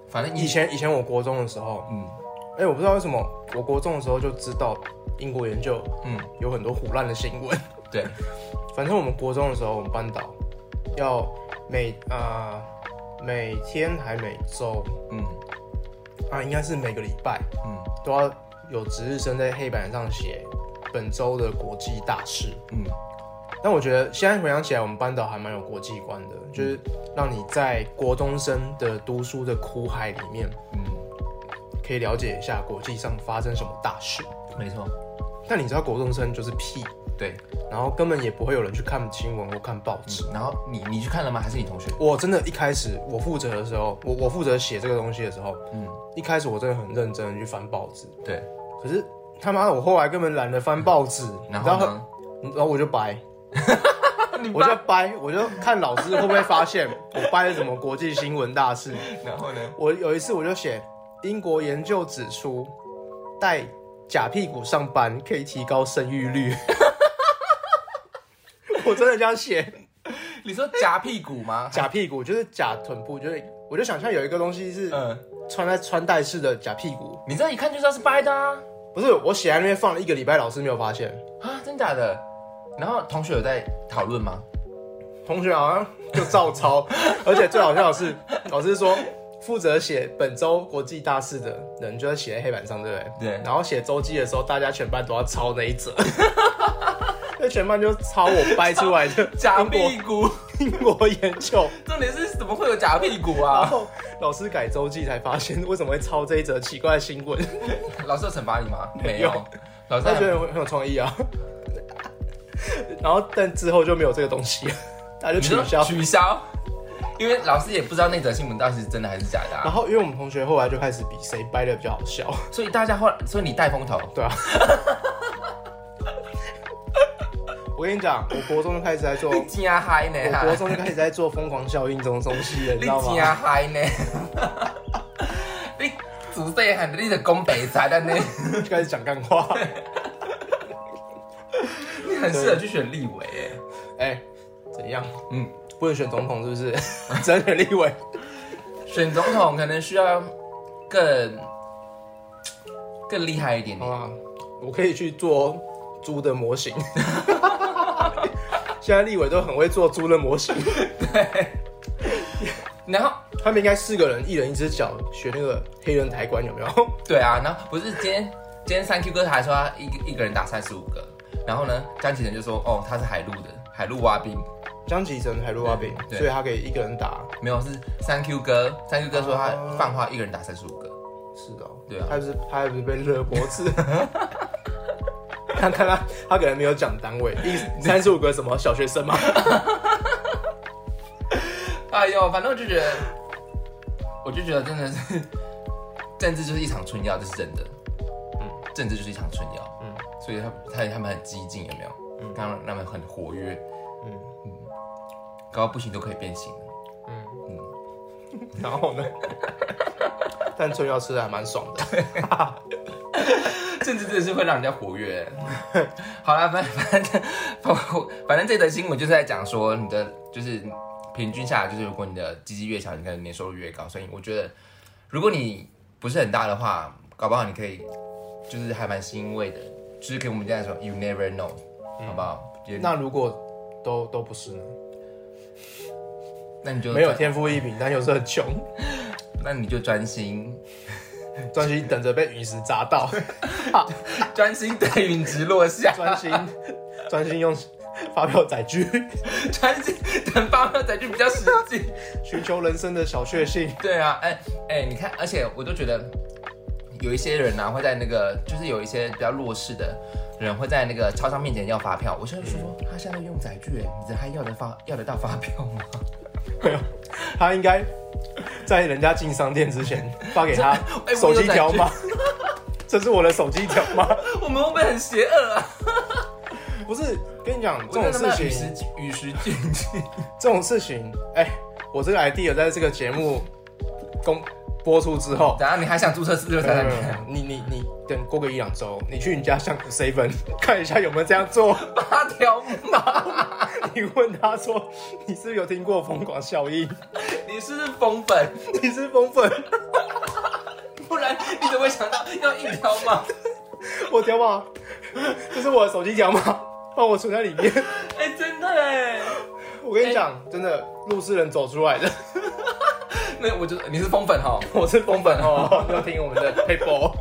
A: 反正
B: 以前以前我国中的时候，
A: 嗯
B: 哎，我不知道为什么，我国中的时候就知道英国研究
A: 嗯，
B: 有很多胡乱的新闻。
A: 对，
B: 反正我们国中的时候，我们班导要每啊、每天还每周
A: 嗯
B: 啊，应该是每个礼拜
A: 嗯
B: 都要有值日生在黑板上写本周的国际大事。
A: 嗯，
B: 但我觉得现在回想起来，我们班导还蛮有国际观的，就是让你在国中生的读书的苦海里面，
A: 嗯，
B: 可以了解一下国际上发生什么大事。
A: 没错，
B: 但你知道国中生就是屁，
A: 对。
B: 然后根本也不会有人去看新闻或看报纸。
A: 然后你你去看了吗？还是你同学？
B: 我真的一开始我负责的时候，我我负责写这个东西的时候，
A: 嗯，
B: 一开始我真的很认真地去翻报纸，
A: 对。
B: 可是他妈的我后来根本懒得翻报纸，
A: 嗯然
B: 然
A: 后
B: 后
A: 呢？
B: 然后我就掰，
A: 你
B: 我就掰，我就看老师会不会发现 (laughs) 我掰了什么国际新闻大事。
A: 然后呢？
B: 我有一次我就写，英国研究指出，带假屁股上班可以提高生育率。 (laughs) 我真的这样写，
A: 你说夹屁股吗？
B: 假屁股就是假臀部，就是我就想象有一个东西是
A: 嗯，
B: 穿在穿戴式的假屁股，
A: 你这样一看就知道是掰的啊！
B: 不是我写在那边放了一个礼拜，老师没有发现。
A: 啊，真假的？然后同学有在讨论吗？
B: 同学好像就照抄，而且最好笑的是，老师说负责写本周国际大事的人就要写在黑板上，对不对？
A: 对
B: 然后写周记的时候，大家全班都要抄那一则， (laughs) 那全班就抄我掰出
A: (laughs)
B: 来的
A: 假
B: 英国
A: 屁股，
B: 英国研究。
A: 重点是怎么会有假屁股
B: 然
A: 啊？
B: 后老师改周记才发现，为什么会抄这一则奇怪的
A: (laughs)
B: 新闻？
A: 老师有惩罚你吗？没
B: 没
A: 有
B: 有，
A: 老师
B: 他觉
A: 还
B: 得很有创意啊。然后但之后就没有这个东西了，他就
A: 你
B: 取
A: 说
B: 消。
A: 取消，因为老师也不知道那则新闻到底是真的还是假的、
B: 然
A: 啊，
B: 后因为我们同学后来就开始比谁掰的比较好笑。
A: 所以大家后来，所以你带风头，
B: 对啊。 (laughs) 我跟你讲，我国中就开始在
A: (laughs)
B: 做，
A: 你
B: 我
A: 加嗨呢？
B: 国中就开始在做疯狂效应这种东西了，你
A: 哎你啊
B: 知道吗？
A: 真嗨 (laughs) 呢？你自细汉你就讲白菜的呢？
B: 就 (laughs) 开始讲干话。
A: (laughs) 你很适合去选立委耶。
B: 哎、怎样？
A: 嗯，
B: 不能选总统是不是？ (laughs) 只能选立委。
A: 选总统可能需要更更厉害一点
B: 好
A: 点。
B: 吧，我可以去做猪的模型。 (laughs) 现在立委都很会做猪的模型，
A: (laughs) 然后
B: 他们应该四个人，一人一只脚，学那个黑人抬棺有没有？
A: 对啊，然后不是今天今天三 Q 哥还说他一个一个人打三十五个，然后呢，江启臣就说哦他是海陆的海陆蛙兵，
B: 江启臣还陆阿炳，
A: 对
B: 所以他可以一个人打。
A: 没有是三 Q 哥，三 Q 哥说他
B: 哦
A: 放话一个人打三十五个，
B: 是哦，
A: 对啊
B: 他不是他不是被勒脖子。看看他，他可能没有讲单位，一三十五个什么小学生嘛？
A: (laughs) 哎呦，反正我就觉得，我就觉得真的是 (laughs) 政治就是一场春药，这是真的，嗯，政治就是一场春药，嗯
B: 嗯，
A: 所以他他他们很激进，有没有？嗯，他们他们很活跃，嗯
B: 嗯
A: 嗯，搞到不行都可以变形了，
B: 然后呢？但春药吃的还蛮爽的。
A: 政治真的是会让人家活跃。 (laughs) 好啦，反 (laughs) 反正反反正这则新闻就是在讲说你的就是平均下来，就是如果你的基金越强，你可能年收入越高。所以我觉得，如果你不是很大的话，搞不好你可以就是还蛮欣慰的，就是给我们这样说，you never know，、好不好？也
B: 嗯那如果都都不是呢？
A: 那你就
B: 没有，天赋异禀，但又是很穷，
A: 那你就专心，
B: 专心等着被陨石砸到，
A: 专心等陨石落下，
B: 专心专心用发票载具
A: 专心等发票才去比较实际。
B: 寻求人生的小确幸。
A: 对啊，哎、哎、你看，而且我都觉得有一些人啊，会在那个就是有一些比较弱势的人会在那个超商面前要发票。我现在就说，他现在用载具，哎，你这还要得发要得到发票吗？
B: 没有，他应该在人家进商店之前发给他
A: 哎
B: 手机条码。 (laughs) 这是我的手机条码，
A: (laughs) 我们会不会很邪恶啊？
B: 不是跟你讲这
A: 我
B: 种
A: 真的
B: 事
A: 没有与
B: 情，
A: 时与时俱进。
B: 这种事情，哎、我这个 idea 在这个节目公播出之后，
A: (laughs)
B: 嗯
A: 等下你还想注册是不是才能
B: 没有没有
A: 看？你你你
B: 等过个一两周，你去你家巷口 seven (laughs) 看一下有没有这样做。
A: (laughs)
B: (laughs)
A: 八条马，
B: 你问他说，你是不是有听过疯狂效应？ (laughs)
A: 你是不是疯粉？
B: 你是疯粉？ (laughs)
A: 不然你怎么会想到要一条马？
B: 我条码， (laughs) 这是我的手机条码， (laughs) 帮我存在里面。
A: 哎、真的哎，
B: 我跟你讲，真的，路是人走出来的。
A: 那我就你是疯粉哈，
B: (laughs) 我是
A: 疯粉哦，
B: (laughs) 哦，要听我们的 paper。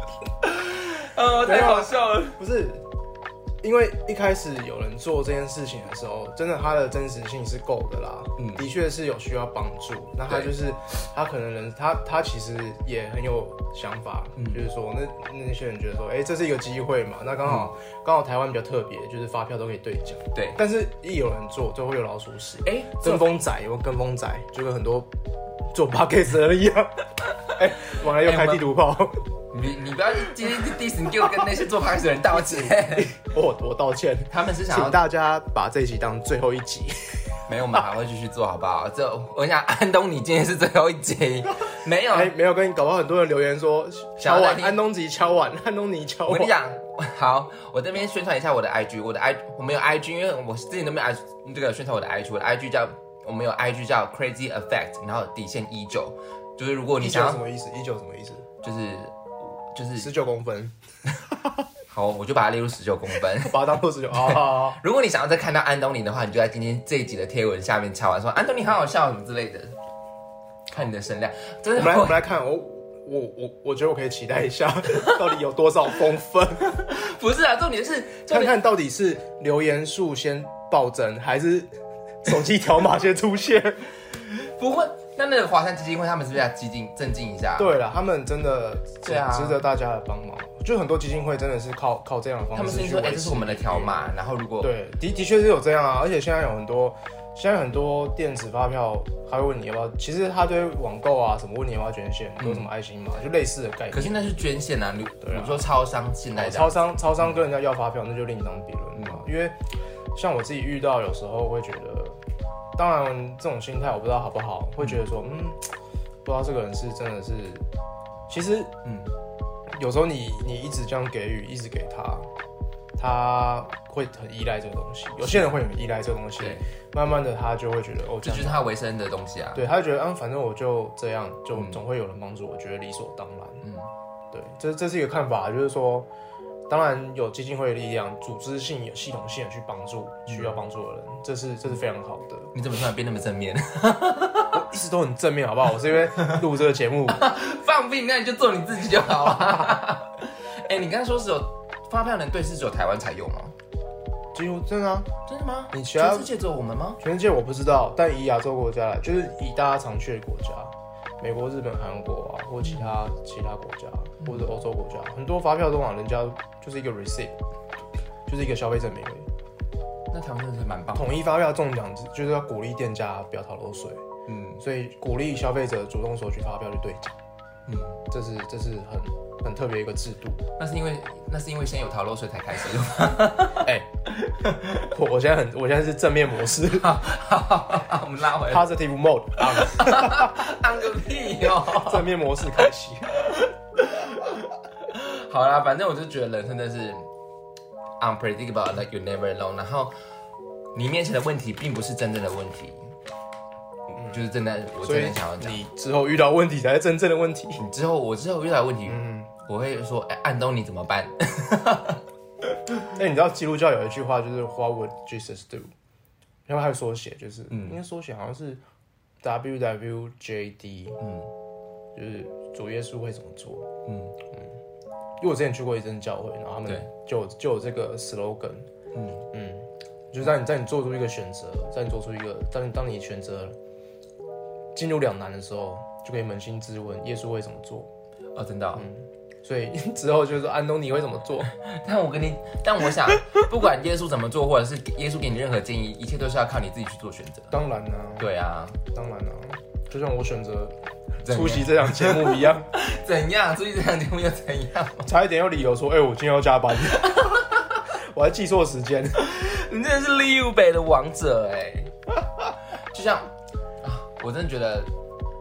A: 呃，太好笑了。
B: 不是，因为一开始有人做这件事情的时候，真的他的真实性是够的啦，
A: 嗯
B: 的确是有需要帮助。那他
A: 对
B: 就是他可能人他他其实也很有想法，就是说那那些人觉得说，哎、这是一个机会嘛，那刚好刚、好台湾比较特别，就是发票都可以兑奖，
A: 对，
B: 但是一有人做就会有老鼠屎，
A: 哎、
B: 跟风仔有没有跟风仔，就跟很多做 p o d c a s 的人一样， (laughs) 哎、完了又开地图炮。
A: 你你不要今天 diss 你给我跟那些做 p o d 的人道 (laughs) 歉，
B: (laughs) 我我道歉，
A: 他们是想
B: 请
A: 要
B: 大家把这一集当最后一集。
A: 没有，我们还会继续做好不好？这我想安东尼今天是最后一 (laughs) 集，没有，
B: 哎、没有跟你搞不好很多人留言说
A: 想
B: 敲
A: 要来
B: 碗
A: 听
B: 安东尼敲碗 (laughs) 安东尼敲
A: 我跟你
B: 碗。
A: 讲，好，我这边宣传一下我的 IG，我的 I 我们有 IG，因为我之前都没有 IG 这个宣传我的 IG，我的 IG 叫我们有 IG 叫 Crazy Effect，然后底线依旧，就是如果你
B: 一
A: 想
B: 九
A: 要
B: 什么意思？一九什么意思？
A: 就是就是
B: 啊十九公分，
A: 好，我就把它列入十九公分。
B: 把它当做十九 (laughs) 啊。
A: 如果你想要再看到安东尼的话，你就在今天这一集的贴文下面敲完说安东尼好好笑什么之类的，看你的声量，真
B: 我
A: 的
B: 们来我
A: 会
B: 们来看，我我我我觉得我可以期待一下， (laughs) 到底有多少公 (laughs) 分？
A: 不是啊，重点是重
B: 看
A: 点
B: 看到底是留言数先暴增，还是手机条码先出现？
A: 不会。那那个华山基金会他们是不是要激进镇静一下？
B: 对了，他们真的值
A: 对啊
B: 值得大家的帮忙。就很多基金会真的是靠靠这样的
A: 他
B: 方
A: 们
B: 式
A: 是
B: 去
A: 说，哎、
B: 维
A: 这
B: 持
A: 是我们的条码，然后如果
B: 对，的的确是有这样啊，而且现在有很多，现在很多电子发票还会问你要不要，其实他对网购啊什么问你要不要捐献，啊都什么爱心嘛，就类似的概
A: 嗯可
B: 念。
A: 是那是捐献啊，你
B: 对啊
A: 你说超商现在
B: 哦
A: 这
B: 超
A: 样，
B: 商超商跟人家要发票，那就另当别论了嘛。
A: 嗯
B: 因为像我自己遇到，有时候会觉得，当然这种心态我不知道好不好，会觉得说，嗯，不知道这个人是真的是，其实
A: 嗯，
B: 有时候你你一直这样给予，一直给他，他会很依赖这个东西。有些人会很依赖这个东西
A: 对，
B: 慢慢的他就会觉得哦，
A: 这
B: 这样
A: 就是他维生的东西啊。
B: 对，他就觉得啊，反正我就这样，就
A: 嗯
B: 总会有人帮助，我觉得理所当然。
A: 嗯，
B: 对，这这是一个看法，就是说，当然有基金会的力量，组织性、有系统性的去帮助需要帮助的人，
A: 嗯
B: 这是这是非常好的。
A: 你怎么突然变那么正面？ (laughs)
B: 我一直都很正面，好不好？我是因为录这个节目， (laughs)
A: 放屁！那你就做你自己就好啊。 (laughs) 哎、你刚才说是有发票能对是只有台湾才有吗？
B: 几乎真的啊，
A: 真的吗？
B: 你其他
A: 全世界只有我们吗？
B: 全世界我不知道，但以亚洲国家来，就是以大家常去的国家，美国、日本、韩国啊，或其他其他国家，或者欧洲国家，很多发票都往人家就是一个 receipt，就是一个消费证明而已。
A: 那台湾真的是蛮棒的。
B: 统一发票中奖就是要鼓励店家不要逃漏税，
A: 嗯
B: 所以鼓励消费者主动索取发票去兑奖，
A: 嗯，
B: 这是这是很很特别一个制度。
A: 那是因为那是因为先有逃漏税才开始。 (laughs)
B: 哎、 (laughs) 我我现在很我现在是正面模
A: (laughs)
B: 式
A: 我们拉回来，
B: ，positive mode，啊
A: 按个屁哦。 (laughs)
B: 正面模式开启。
A: 好啦，反正我就觉得人生真的是 unpredictable, like you never know。然后你面前的问题并不是真正的问题，就是真的，我
B: 嗯所
A: 真
B: 以
A: 的想要讲。
B: 你之后遇到问题才是真正的问题。
A: 你之后我之后遇到的问题，
B: 嗯，
A: 我会说，哎、安东尼怎么办？ (laughs)
B: 那你知道基督教有一句话就是 “What would Jesus do”，然后还有缩写，就是、
A: 嗯
B: 应该缩写好像是 WWJD，
A: 嗯
B: 就是主耶稣会怎么做。
A: 嗯
B: 因为我之前去过一阵教会，然后他
A: 对
B: 们就有就有这个 slogan，
A: 嗯，
B: 嗯，就是让你在你做出一个选择，在你做出一个，当你当你选择进入两难的时候，就可以扪心自问耶稣会怎么做。
A: 哦，真的哦、
B: 嗯所以之后就是说安东尼会怎么
A: (laughs)
B: 做，
A: 但我跟你，但我想，不管耶稣怎么做，或者是耶稣给你任何建议，一切都是要靠你自己去做选择。
B: 当然啦、啊，
A: 对啊，
B: 当然啦、就像我选择
A: 怎
B: 出席这档节目一 (laughs) 样，
A: 怎样？所以这样节目又怎样？
B: 差一点有理由说，哎、我今天要加班， (laughs) 我还记错时间。
A: (laughs) 你真的欸是 (laughs) 利物北的王者哎、就像啊，我真的觉得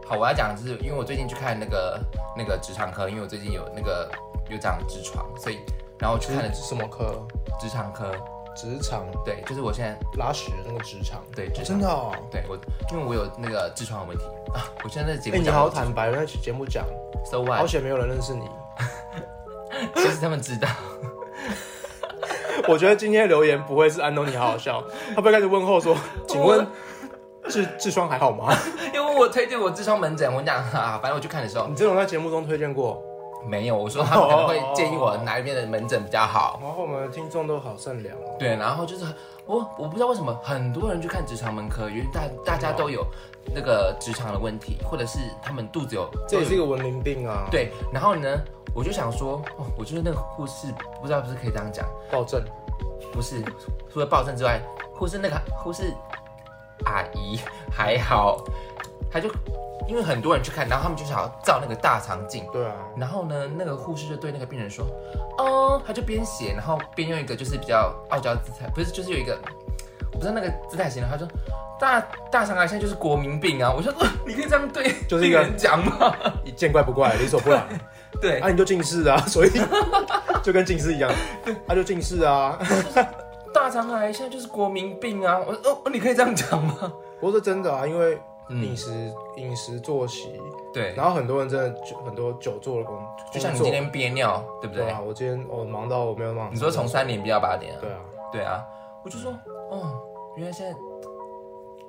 A: 好，我要讲的就是因为我最近去看那个那个职场科，因为我最近有那个有长痔疮，所以然后我去看了
B: 什么科？
A: 职场科，
B: 职场
A: 对，就是我现在
B: 拉屎那个职场，
A: 对职场
B: 真的哦。
A: 对我，因为我有那个痔疮的问题啊，我现在在节
B: 哎、
A: 目
B: 你
A: 讲
B: 好好坦白，那期节目讲，
A: ，so
B: 好
A: what？
B: 险没有人认识你。
A: 其实他们 (laughs) 知道，
B: 我觉得今天的留言不会是安东尼好好 (laughs) 笑，他不会开始问候 (laughs) 说，请问痔痔疮还好吗？
A: 因为我推荐我痔疮门诊，我讲啊，反正我去看的时候
B: 你这种在节目中推荐过，
A: 没有，我说他们可能会建议我哪一边的门诊比较好。
B: 然后我们的听众都好善良哦。
A: 对，然后就是我我不知道为什么很多人去看直肠门科，因为大大家都有那个直肠的问题，或者是他们肚子有
B: 这也是一个文明病啊，，
A: 对，然后呢，我就想说，哦，我觉得那个护士不知道是不是可以这样讲，
B: 暴政。
A: 不是除了暴政之外，护士那个护士阿姨 (laughs) 还好，她就因为很多人去看，然后他们就想要照那个大肠镜。
B: 对啊，
A: 然后呢，那个护士就对那个病人说：“哦，他就边写，然后边用一个就是比较傲娇姿态，不是，就是有一个我不知道那个姿态形容。”他说：“大大肠癌现在就是国民病啊！”我说：“呃 (laughs) 你可以这样对
B: 就是一个
A: 病人讲吗 (laughs)
B: 见怪不怪，理所不然。？”
A: 对，
B: (laughs) 啊，你就近视啊，所以就跟近视一样，他就近视啊。 (laughs)
A: 大肠癌现在就是国民病啊！我说：“哦，你可以这样讲吗 (laughs)
B: 不过是真的啊，因为
A: 嗯
B: 饮食饮、食作息，？”
A: 对，
B: 然后很多人真的久很多久坐的工，
A: 就像你
B: 工作
A: 今天憋尿，对不
B: 对
A: 对
B: 啊，？我今天我忙到我没有办法。
A: 你说从三点憋到八点啊？
B: 对啊，
A: 对啊，我就说，哦，原来现在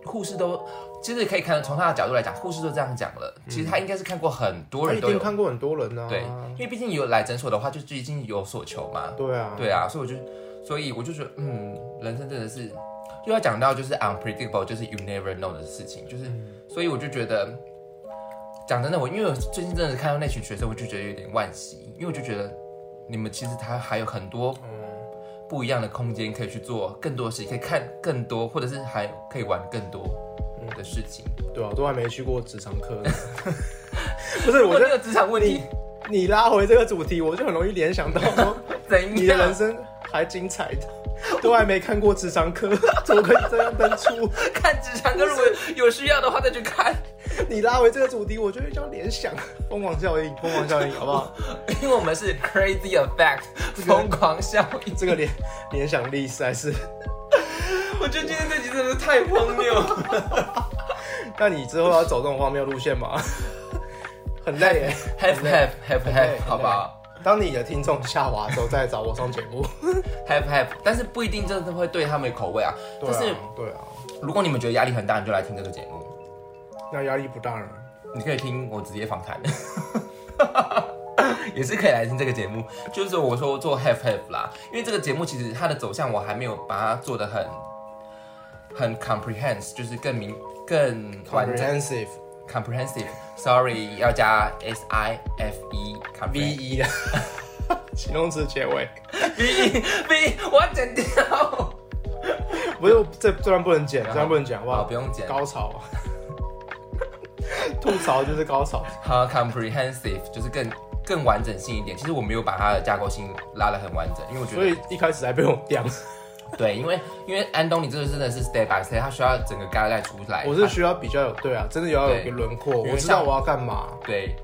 A: 护士都，其实可以看得从他的角度来讲，护士都这样讲了，其实他应该是看过很多
B: 嗯他
A: 人
B: 一
A: 都
B: 定
A: 有，
B: 看过很多人啊。
A: 对，因为毕竟有来诊所的话，就就已经有所求嘛，
B: 对啊，
A: 对啊，所以我就，所以我就觉得，嗯，人生真的是又要讲到就是 unpredictable，就是 you never know 的事情，就是，
B: 嗯
A: 所以我就觉得。讲真的，我因为我最近真的看到那群学生，我就觉得有点惋惜，因为我就觉得你们其实他还有很多
B: 嗯，
A: 不一样的空间，可以去做更多的事情，可以看更多，或者是还可以玩更多嗯的事情。
B: 对啊，都还没去过职场课呢。 (laughs) 不是，
A: 我
B: 我觉
A: 这
B: 得
A: 个职场问题
B: 你拉回这个主题，我就很容易联想到
A: (laughs)
B: 说，
A: 怎样？
B: 你的人生还精彩的，都还没看过职场课，怎么可以这样登出？
A: 看职场，跟如果有需要的话再去看，
B: 你拉回这个主题，我就会叫联想，疯狂效应，疯狂效应，好
A: (laughs)
B: 不好？
A: 因为我们是 crazy effect 疯狂效应。
B: 这个联联想力实在是……
A: 我觉得今天这集真的是太荒谬了，
B: 那你之后要走这种荒谬路
A: (laughs)
B: 线吗？很累耶。
A: (laughs) have have have have，好不好
B: 当你的听众下滑之后，再找我上节
A: (laughs)
B: 目。
A: ？have have，但是不一定真的会对他们有口味啊。
B: 对
A: 但是
B: 啊，对啊，
A: 如果你们觉得压力很大，你就来听这个节目，
B: 那压力不大了。
A: 你可以听我直接访谈， (laughs) 也是可以来听这个节目。就是我说做 have have 啦，因为这个节目其实它的走向我还没有把它做的很很 comprehend，就是更明更完整
B: Comprehensive
A: comprehensive。Sorry，要加 s i f e
B: V 一的 (laughs) 形容词结尾，
A: (laughs) v e v，我要剪掉。
B: 不是这这段不能剪，这段不能剪，好不
A: 好，
B: 好
A: 不？用剪。
B: 高潮， (laughs) 吐槽就是高潮。
A: 好 comprehensive 就是更更完整性一点。其实我没有把它的架构性拉得很完整，因为我觉得
B: 所以一开始还被我掉，
A: 对，因为因为安东尼这个真的是 step by step，他需要整个 guideline 出来。
B: 我是需要比较有对啊，真的要有一个轮廓，
A: 因为
B: 我知道我要干嘛。
A: 他对，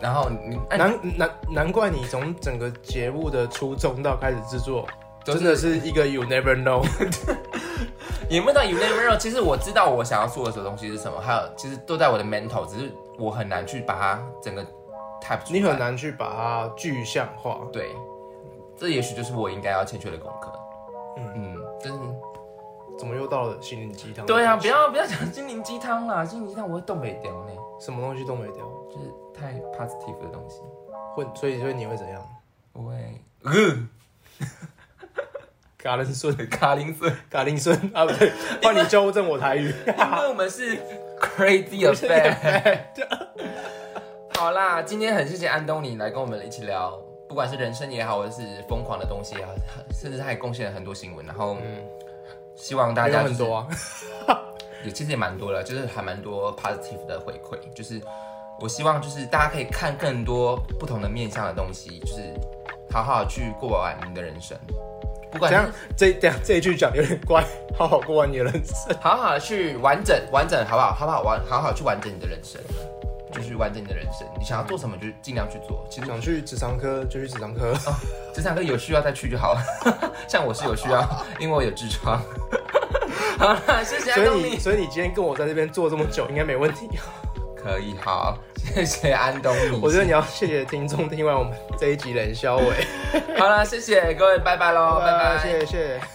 A: 然后你哎
B: 难难难怪你从整个节目的初衷到开始制作，
A: 都是
B: 真的是一个 you never know。 (laughs)
A: 也不知道 you never know。其实我知道我想要做的东西是什么，还有其实都在我的 mental，只是我很难去把它整个 type 出来。
B: 你很难去把它具象化。
A: 对，这也许就是我应该要欠缺的功课。嗯
B: 嗯
A: 嗯，真是
B: 怎么又到了心灵鸡汤？
A: 对啊，不要不要讲心灵鸡汤啦，心灵鸡汤我会动北掉呢，
B: 什么东西都没掉，
A: 就是太 positive 的东西，
B: 会所以所以你会怎
A: (laughs)
B: 样？
A: 我会呃
B: 嘎铃顺，
A: (laughs) 卡林森。
B: 嘎铃顺啊，不对，换你纠正我台语。 (laughs)
A: 因为我们是 crazy effect。好啦，今天很谢谢安东尼来跟我们一起聊，不管是人生也好，或者是疯狂的东西也好，甚至他也贡献了很多新闻。然后，希望 (laughs) 大
B: 没嗯有
A: 家、
B: 很多，啊，
A: 也其实也蛮多了，就是还蛮多 positive 的回馈。就是我希望就是大家可以看更多不同的面向的东西，就是好好去过完你的人生。不
B: 这
A: 管
B: 样
A: 是
B: 这这样这一句讲有点怪，好好过啊完你的人生。
A: 好好的去完整完整，好不好？好不好完好好去完整你的人生，就是完整你的人生。你想要做什么就尽量去做。其实
B: 想去职场科就去职场科，
A: 职场哥有需要再去就好了， (laughs) 像我是有需要， (laughs) 因为我有痔疮。 (laughs) 好了，谢谢安
B: 所
A: 东
B: 以你
A: 尼，
B: 所以你今天跟我在这边坐这么久，应该没问题。
A: 可以好，谢谢安东尼。
B: 我觉得你要谢谢听众听完我们这一集冷消伟，
A: (laughs) 好了，谢谢各位，拜拜喽，拜拜，
B: 谢谢谢谢。